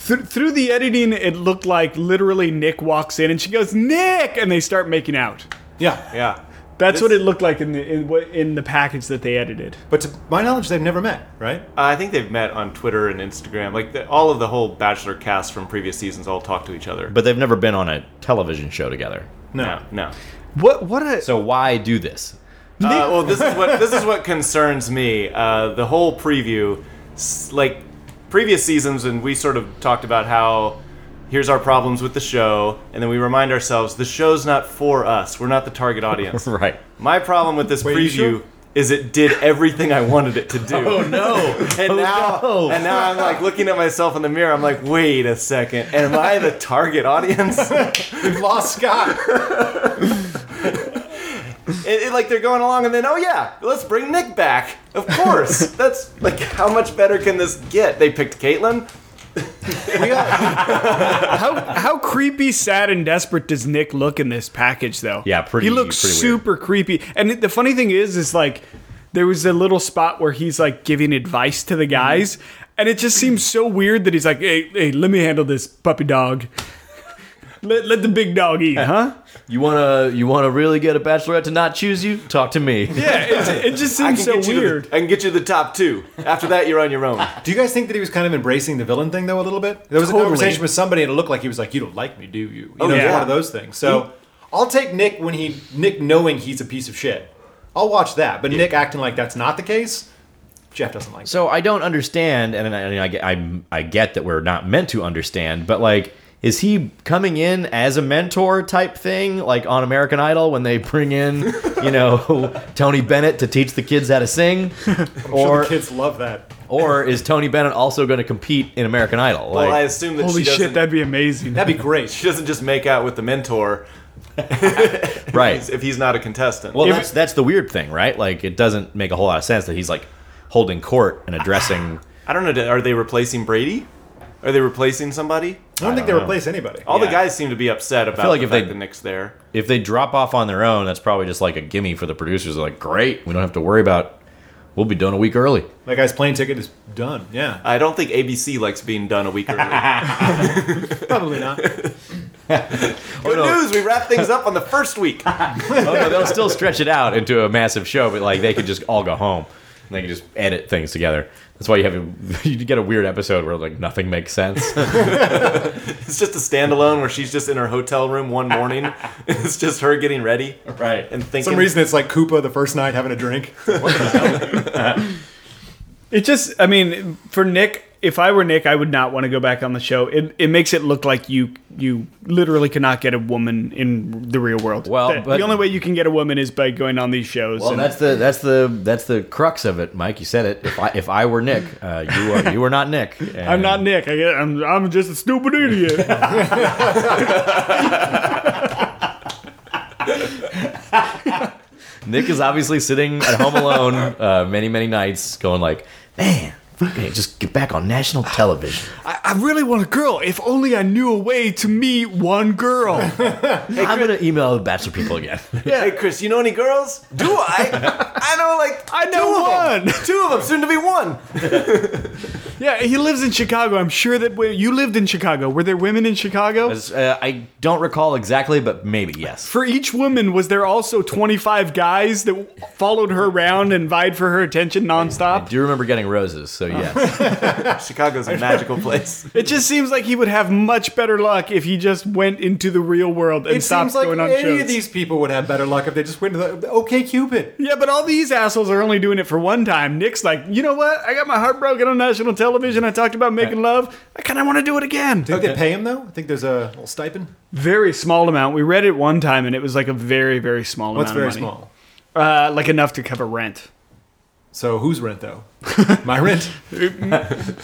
Speaker 3: Th- through the editing, it looked like literally Nick walks in and she goes, "Nick," and they start making out.
Speaker 2: Yeah, yeah.
Speaker 3: That's what it looked like in the in, what- in the package that they edited.
Speaker 2: But to my knowledge, they've never met. Right? *laughs*
Speaker 1: Uh, I think they've met on Twitter and Instagram. Like the, all of the whole Bachelor cast from previous seasons all talk to each other.
Speaker 4: But they've never been on a television show together.
Speaker 2: No.
Speaker 1: no, no.
Speaker 3: What what a
Speaker 4: So why do this?
Speaker 1: Uh, well, this is what this is what concerns me. Uh, the whole preview, s- like previous seasons, and we sort of talked about how here's our problems with the show, and then we remind ourselves the show's not for us. We're not the target
Speaker 4: *laughs*
Speaker 1: audience.
Speaker 4: Right.
Speaker 1: My problem with this
Speaker 2: Wait, you
Speaker 1: preview
Speaker 2: sure?
Speaker 1: is it did everything I wanted it to do. Oh no! *laughs* and now,
Speaker 4: no.
Speaker 1: and now I'm like looking at myself in the mirror. I'm like, wait a second, am I the target audience?
Speaker 2: We've lost Scott.
Speaker 1: It, it- like they're going along, and then oh yeah, let's bring Nick back. Of course, that's like how much better can this get? They picked Caitlyn.
Speaker 3: how how creepy, sad, and desperate does Nick look in this package though?
Speaker 4: Yeah, pretty-
Speaker 3: He looks
Speaker 4: pretty weird.
Speaker 3: super creepy. And the funny thing is, is like there was a little spot where he's like giving advice to the guys, and it just seems so weird that he's like, "Hey, hey, let me handle this puppy dog." Let, let the big dog eat, huh?
Speaker 4: You wanna you wanna really get a bachelorette to not choose you? Talk to me.
Speaker 3: Yeah, it, it just seems so
Speaker 1: get you to the-
Speaker 3: *laughs* weird.
Speaker 1: I can get you the top two. After that, you're on your own.
Speaker 2: Do you guys think that he was kind of embracing the villain thing though a little bit? There was
Speaker 3: Totally.
Speaker 2: a conversation with somebody, and it looked like he was like, "You don't like me, do you?" You oh, know,
Speaker 1: yeah.
Speaker 2: it's one of those things. So I'll take Nick when he Nick knowing he's a piece of shit. I'll watch that, but Nick acting like that's not the case. Jeff doesn't like. it.
Speaker 4: So I don't understand, and I, and I, get- I'm- I get that we're not meant to understand, but like, is he coming in as a mentor type thing, like on American Idol when they bring in, you know, Tony Bennett to teach the kids how to sing,
Speaker 2: Sure,
Speaker 4: or
Speaker 2: the kids love that.
Speaker 4: or is Tony Bennett also going to compete in American Idol? Like,
Speaker 1: Well, I assume that
Speaker 3: Holy
Speaker 1: she doesn't.
Speaker 3: shit, *laughs* that'd be amazing.
Speaker 2: That'd be great.
Speaker 1: she doesn't just make out with the mentor *laughs*
Speaker 4: right.
Speaker 1: if he's not a contestant.
Speaker 4: Well, that's that's the weird thing, right? Like, it doesn't make a whole lot of sense that he's like holding court and addressing.
Speaker 1: I don't know. Are they replacing Brady? Are they replacing somebody?
Speaker 2: I don't think they replace anybody.
Speaker 1: All the
Speaker 4: Yeah.
Speaker 1: guys seem to be upset about
Speaker 4: like
Speaker 1: the
Speaker 4: if
Speaker 1: fact
Speaker 4: they-
Speaker 1: that Nick's there.
Speaker 4: if they drop off on their own, that's probably just like a gimme for the producers. They're like, great, we don't have to worry about. We'll be done a week early.
Speaker 2: That guy's plane ticket is done. Yeah,
Speaker 1: I don't think ABC likes being done a week early.
Speaker 2: probably not.
Speaker 1: Good
Speaker 4: no.
Speaker 1: news, we wrap things up on the first week.
Speaker 4: *laughs* Oh no, they'll still stretch it out into a massive show, but like they could just all go home. And they can just edit things together. That's why you have a, *laughs* you get a weird episode where like nothing makes sense.
Speaker 1: It's just a standalone where she's just in her hotel room one morning. it's just her getting ready
Speaker 4: right.
Speaker 1: and thinking.
Speaker 2: For some reason, it's like Koopa the first night having a drink. *laughs*
Speaker 3: It just, I mean, for Nick, if I were Nick, I would not want to go back on the show. It, it makes it look like you you literally cannot get a woman in the real world.
Speaker 4: Well,
Speaker 3: the,
Speaker 4: but-
Speaker 3: the only way you can get a woman is by going on these shows.
Speaker 4: *laughs* Well,
Speaker 3: and-
Speaker 4: that's the that's the that's the crux of it, Mike. You said it. If I if I were Nick, uh, you are you are not *laughs* Nick.
Speaker 3: I'm not Nick. I get, I'm I'm just a stupid idiot.
Speaker 4: Nick is obviously sitting at home alone uh, many many nights, going like, man, if Okay, just get back on national television.
Speaker 3: *laughs* I, I really want a girl. If only I knew a way to meet one girl.
Speaker 4: I'm gonna email the Bachelor people again. *laughs*
Speaker 1: Hey, Chris, you know any girls? Do I? I know like
Speaker 3: I know
Speaker 1: two of them.
Speaker 3: one.
Speaker 1: Two of them, soon to be one.
Speaker 3: *laughs* yeah, he lives in Chicago. I'm sure that we, you lived in Chicago. Were there women in Chicago?
Speaker 4: Uh, I don't recall exactly, but maybe yes.
Speaker 3: For each woman, was there also 25 guys that followed her around and vied for her attention
Speaker 4: I
Speaker 3: nonstop?
Speaker 4: do remember getting roses, so *laughs* yes.
Speaker 1: *laughs* Chicago's a magical place.
Speaker 3: It just seems like he would have much better luck if he just went into the real world and
Speaker 2: It
Speaker 3: stopped
Speaker 2: seems like
Speaker 3: going on
Speaker 2: any
Speaker 3: shows.
Speaker 2: of these people would have better luck if they just went to the OK Cupid.
Speaker 3: Yeah, but all these assholes are only doing it for one time. Nick's like, you know what? I got my heart broken on national television. I talked about making love. I kind of want to do it again.
Speaker 2: Do they pay him though? I think there's a little stipend.
Speaker 3: Very small amount. We read it one time, and it was like a very, very small
Speaker 2: What's
Speaker 3: amount.
Speaker 2: very
Speaker 3: of money.
Speaker 2: small?
Speaker 3: Uh, like enough to cover rent.
Speaker 2: So whose rent *laughs* though? My rent.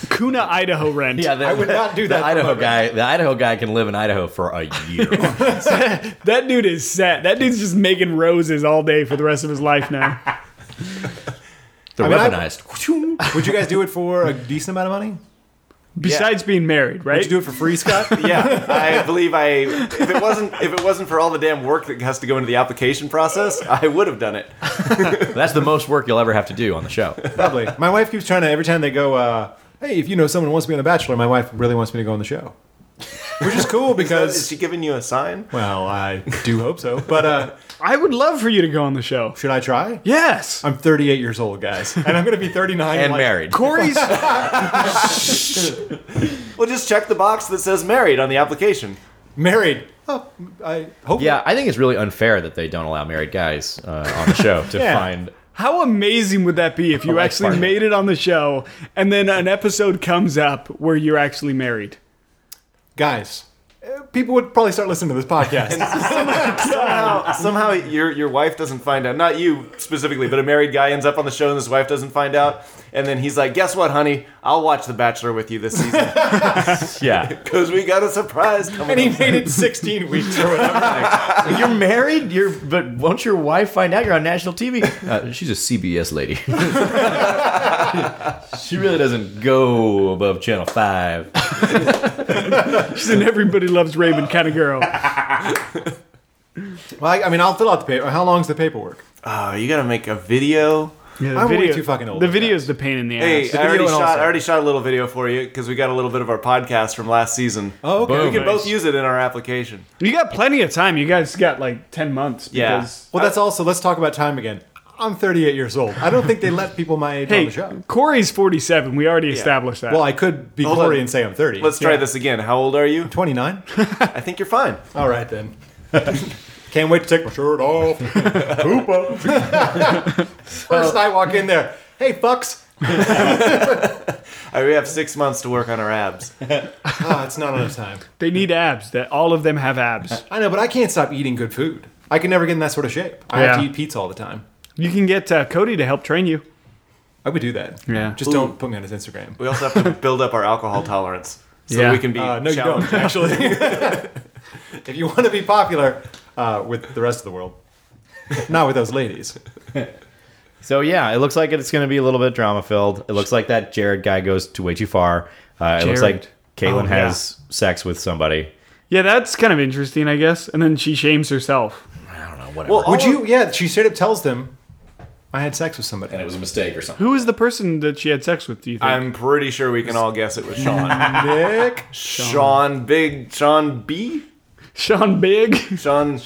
Speaker 3: Kuna, Idaho
Speaker 2: *laughs*
Speaker 3: rent.
Speaker 4: the,
Speaker 2: I would not do that
Speaker 4: The
Speaker 2: for
Speaker 4: Idaho
Speaker 2: my-
Speaker 4: guy, the Idaho guy can live in Idaho for a *laughs* year.
Speaker 3: That dude is set. That dude's just making roses all day for the rest of his life
Speaker 2: *laughs*
Speaker 3: now.
Speaker 4: They're
Speaker 2: I mean, I-
Speaker 4: weaponized.
Speaker 2: Would you guys do it for a decent amount of money?
Speaker 3: Besides being married, right?
Speaker 2: Would you do it for free, *laughs* Scott?
Speaker 1: Yeah, I believe I. If it wasn't, if it wasn't for all the damn work that has to go into the application process, I would have done it.
Speaker 4: That's the most work you'll ever have to do on the *laughs* show.
Speaker 2: Probably. My wife keeps trying to every time they go, uh, "Hey, if you know someone who wants to be on The Bachelor," my wife really wants me to go on the show, which is cool because.
Speaker 1: Is she giving you a sign?
Speaker 2: well, I do hope so, but uh,
Speaker 3: I would love for you to go on the show.
Speaker 2: should I try?
Speaker 3: Yes.
Speaker 2: I'm 38 years old, guys, and I'm going to be 39
Speaker 4: And
Speaker 2: like-
Speaker 4: married.
Speaker 3: Corey's
Speaker 1: Well, just check the box that says married on the application.
Speaker 2: Married. Oh, I hope.
Speaker 4: Yeah, I think it's really unfair that they don't allow married guys uh, on the show to
Speaker 2: Yeah.
Speaker 4: find.
Speaker 3: How amazing would that be if you
Speaker 4: Life
Speaker 3: actually
Speaker 4: partner.
Speaker 3: made it on the show and then an episode comes up where you're actually married?
Speaker 2: guys, uh, people would probably start listening to this *laughs* podcast. *laughs*
Speaker 1: Somehow, somehow your your wife doesn't find out. Not you specifically, but a married guy ends up on the show and his wife doesn't find out. And then he's like, "Guess what, honey? I'll watch The Bachelor with you this
Speaker 2: *laughs*
Speaker 1: season
Speaker 4: Yeah,
Speaker 1: because we got a surprise coming."
Speaker 2: and he
Speaker 1: up."
Speaker 2: made *laughs* it 16 weeks or whatever.
Speaker 4: *laughs* you're married. You're, but won't your wife find out you're on national TV? *laughs* Uh, she's a CBS *laughs* lady. she really doesn't go above Channel Five.
Speaker 3: She's an everybody loves Raymond kind of girl.
Speaker 2: well, I, I mean, I'll fill out the paper. How long's the paperwork?
Speaker 1: Oh, you gotta make a video.
Speaker 3: The
Speaker 2: I'm way too fucking old
Speaker 3: The
Speaker 2: for
Speaker 3: video's the pain in the
Speaker 1: Hey,
Speaker 3: ass.
Speaker 1: uh, I already
Speaker 2: video and all
Speaker 1: shot. I
Speaker 2: that.
Speaker 1: already shot a little video for you because we got a little bit of our podcast from last season.
Speaker 2: Oh, okay.
Speaker 1: we can
Speaker 3: nice.
Speaker 1: both use it in our application.
Speaker 3: You got plenty of time. You guys got like 10 months.
Speaker 1: Yeah.
Speaker 3: Because,
Speaker 2: Well, that's also. Let's talk about time again. I'm 38 years old. I don't think they let people my age on the
Speaker 3: hey,
Speaker 2: show.
Speaker 3: Corey's 47. We already established that.
Speaker 2: Well, I could be
Speaker 1: Hold
Speaker 2: Corey
Speaker 1: on.
Speaker 2: and say I'm 30.
Speaker 1: Let's try this again. How old are you?
Speaker 2: 29.
Speaker 1: I think you're fine.
Speaker 2: *laughs* All right *laughs* then. Can't wait to take my shirt *laughs* off. Hoop up. *laughs* First I walk in there. Hey, fucks.
Speaker 1: I, Uh, we have six months to work on our abs.
Speaker 2: Ah, it's not enough time.
Speaker 3: they need abs. That All of them have abs.
Speaker 2: I know, but I can't stop eating good food. I can never get in that sort of shape. I have to
Speaker 3: Yeah.
Speaker 2: eat pizza all the time.
Speaker 3: you can get uh, Cody to help train you.
Speaker 2: I would do that.
Speaker 3: Yeah.
Speaker 2: Just don't put me on his Instagram.
Speaker 1: We also have to build up our alcohol tolerance so that
Speaker 3: Yeah.
Speaker 1: we can be.
Speaker 2: Uh, no, you don't,
Speaker 1: challenged.
Speaker 2: actually. *laughs* if you want to be popular uh, with the rest of the world, not with those ladies.
Speaker 4: So yeah, it looks like it's going to be a little bit drama filled. It looks like that Jared guy goes to way too far. Uh, it looks
Speaker 3: Jared.
Speaker 4: like Caitlyn
Speaker 3: Oh, yeah.
Speaker 4: has sex with somebody.
Speaker 3: Yeah, that's kind of interesting, I guess. And then she shames herself.
Speaker 4: I don't know whatever.
Speaker 1: Well,
Speaker 2: Would
Speaker 1: all
Speaker 2: you? Yeah, she straight up tells them, I had sex with somebody.
Speaker 4: it was a mistake or something.
Speaker 3: Who is the person that she had sex with, do you think?
Speaker 1: I'm pretty sure we can all guess it was Sean.
Speaker 2: *laughs* Nick.
Speaker 1: *laughs* Sean Big Sean B.
Speaker 3: Sean Big?
Speaker 1: Sean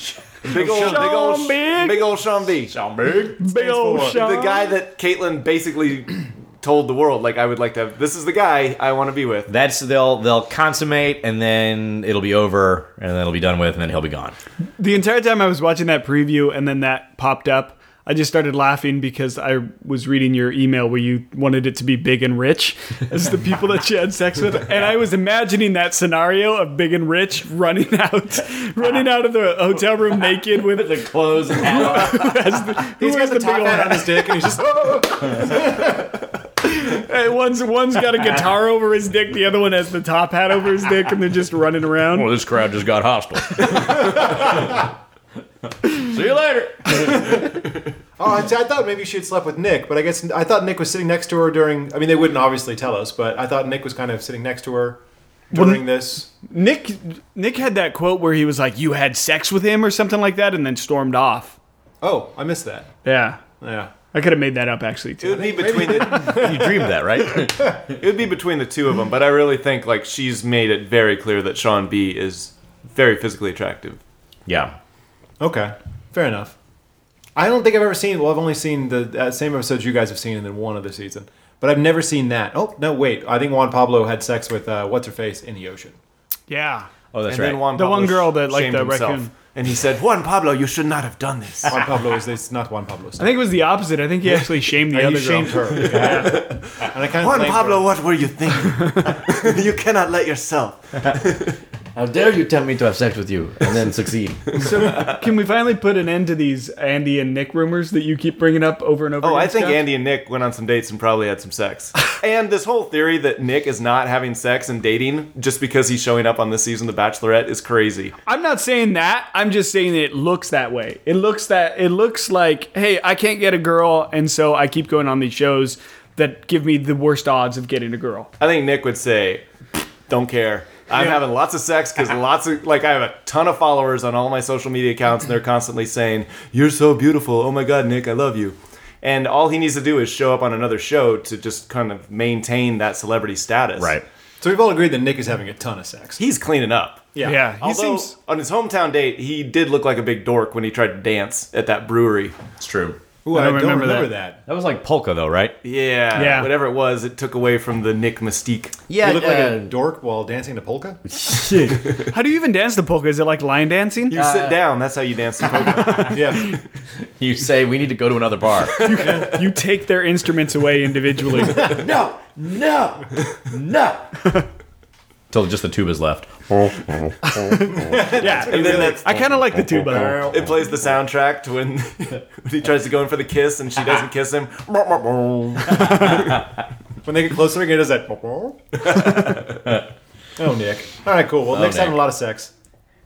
Speaker 1: Big old
Speaker 3: Sean
Speaker 1: Big old
Speaker 3: Big.
Speaker 1: Big old Sean B.
Speaker 3: Big old
Speaker 2: for-
Speaker 3: Sean.
Speaker 1: the guy that Caitlyn basically *clears throat* told the world, like, I would like to have. This is the guy I want to be with.
Speaker 4: That's they'll they'll consummate and then it'll be over and then it'll be done with and then he'll be gone.
Speaker 3: The entire time I was watching that preview and then that popped up, I just started laughing because I was reading your email where you wanted it to be big and rich as the people that she had sex with. And I was imagining that scenario of big and rich running *laughs* out running out of the hotel room naked with the
Speaker 4: Clothes.
Speaker 3: *laughs* He's
Speaker 2: He's got the, top hat on his dick, and he's just. "Oh,
Speaker 3: one's one's got a guitar over his dick, the other one has the top hat over his dick, and they're just running around.
Speaker 5: Well, this crowd just got
Speaker 4: *laughs*
Speaker 5: hostile.
Speaker 4: See you later.
Speaker 2: Oh, I, I thought maybe she had slept with Nick, but I guess I thought Nick was sitting next to her during. I mean, they wouldn't obviously tell us, but I thought Nick was kind of sitting next to her during this.
Speaker 3: Nick Nick had that quote where he was like, "You had sex with him" or something like that, and then stormed off.
Speaker 2: Oh, I missed that.
Speaker 3: Yeah,
Speaker 2: Yeah.
Speaker 3: I could have made that up actually
Speaker 1: It
Speaker 3: too.
Speaker 1: would be between the,
Speaker 4: you dreamed that, right?
Speaker 1: it would be between the two of them, but I really think like she's made it very clear that Sean B is very physically attractive.
Speaker 4: yeah.
Speaker 2: Okay. Fair enough. I don't think I've ever seen. Well, I've only seen the uh, same episodes you guys have seen, and then one other season. But I've never seen that. Oh no, wait. I think Juan Pablo had sex with uh, what's her face in the ocean.
Speaker 3: Yeah,
Speaker 4: Oh, that's
Speaker 1: and
Speaker 4: right.
Speaker 1: then Juan
Speaker 3: The
Speaker 1: Pablo
Speaker 3: one girl that, like,
Speaker 1: shamed
Speaker 3: the
Speaker 1: himself.
Speaker 3: raccoon.
Speaker 1: and he said, "Juan Pablo, you should not have done *laughs* this."
Speaker 2: Juan Pablo is it's not Juan Pablo. Oh,
Speaker 3: I think it was the opposite. I think he actually shamed the
Speaker 2: you
Speaker 3: other
Speaker 2: shamed
Speaker 3: girl.
Speaker 2: her. Yeah. and I kind of
Speaker 1: Juan
Speaker 2: blamed
Speaker 1: Pablo,
Speaker 2: her.
Speaker 1: what were you thinking? *laughs* you cannot let yourself.
Speaker 5: How dare you tell me to have sex with you and then succeed?
Speaker 3: So, can we finally put an end to these Andy and Nick rumors that you keep bringing up over and over?
Speaker 1: Oh,
Speaker 3: again,
Speaker 1: I think
Speaker 3: Scott?
Speaker 1: Andy and Nick went on some dates and probably had some sex. and this whole theory that Nick is not having sex and dating just because he's showing up on this season of The Bachelorette is crazy.
Speaker 3: I'm not saying that. I'm just saying it looks that way. It looks that it looks like, hey, I can't get a girl, and so I keep going on these shows that give me the worst odds of getting a girl.
Speaker 1: I think Nick would say, "Don't care. I'm having lots of sex because lots of like I have a ton of followers on all my social media accounts, and they're constantly saying you're so beautiful. Oh my god, Nick, I love you." And all he needs to do is show up on another show to just kind of maintain that celebrity status.
Speaker 4: *laughs* Right.
Speaker 2: So we've all agreed that Nick is having a ton of sex.
Speaker 1: He's cleaning up.
Speaker 3: Yeah, he
Speaker 1: Although
Speaker 3: seems.
Speaker 1: on his hometown date, he did look like a big dork when he tried to dance at that brewery.
Speaker 4: It's true.
Speaker 2: Ooh, I,
Speaker 3: don't
Speaker 2: don't
Speaker 3: remember
Speaker 2: remember,
Speaker 3: that.
Speaker 2: that.
Speaker 4: That was like polka, though, right?
Speaker 1: Yeah,
Speaker 3: Yeah.
Speaker 1: Whatever it was, it took away from the Nick mystique.
Speaker 4: Yeah.
Speaker 2: You look like
Speaker 5: uh,
Speaker 2: a dork while dancing
Speaker 5: *laughs*
Speaker 2: to polka.
Speaker 3: How do you even dance the polka? Is it like line dancing?
Speaker 1: You sit down. That's how you dance. in polka.
Speaker 2: yeah,
Speaker 4: you say we need to go to
Speaker 5: *laughs*
Speaker 4: another bar.
Speaker 3: You take their instruments away
Speaker 1: *laughs*
Speaker 3: individually.
Speaker 5: no, no, no.
Speaker 4: Till just the tube is left.
Speaker 1: and *laughs* then *laughs* that's
Speaker 3: I kind of like the tuba.
Speaker 1: It plays the soundtrack to when, *laughs* when he tries to go in for the kiss and she doesn't kiss him.
Speaker 2: when they get closer again, does that? *laughs* oh, Nick. All right, cool. Well, Nick's
Speaker 4: Nick.
Speaker 2: having a lot of sex.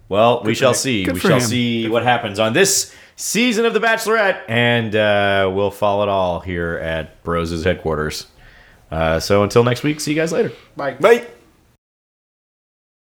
Speaker 4: Well, we shall see.
Speaker 3: Good
Speaker 4: we
Speaker 3: for
Speaker 4: shall
Speaker 3: him.
Speaker 4: see what happens on this season of The Bachelorette, and uh, we'll follow it all here at Bros' headquarters. Uh, so until next week, see you guys later.
Speaker 2: Bye.
Speaker 1: Mate.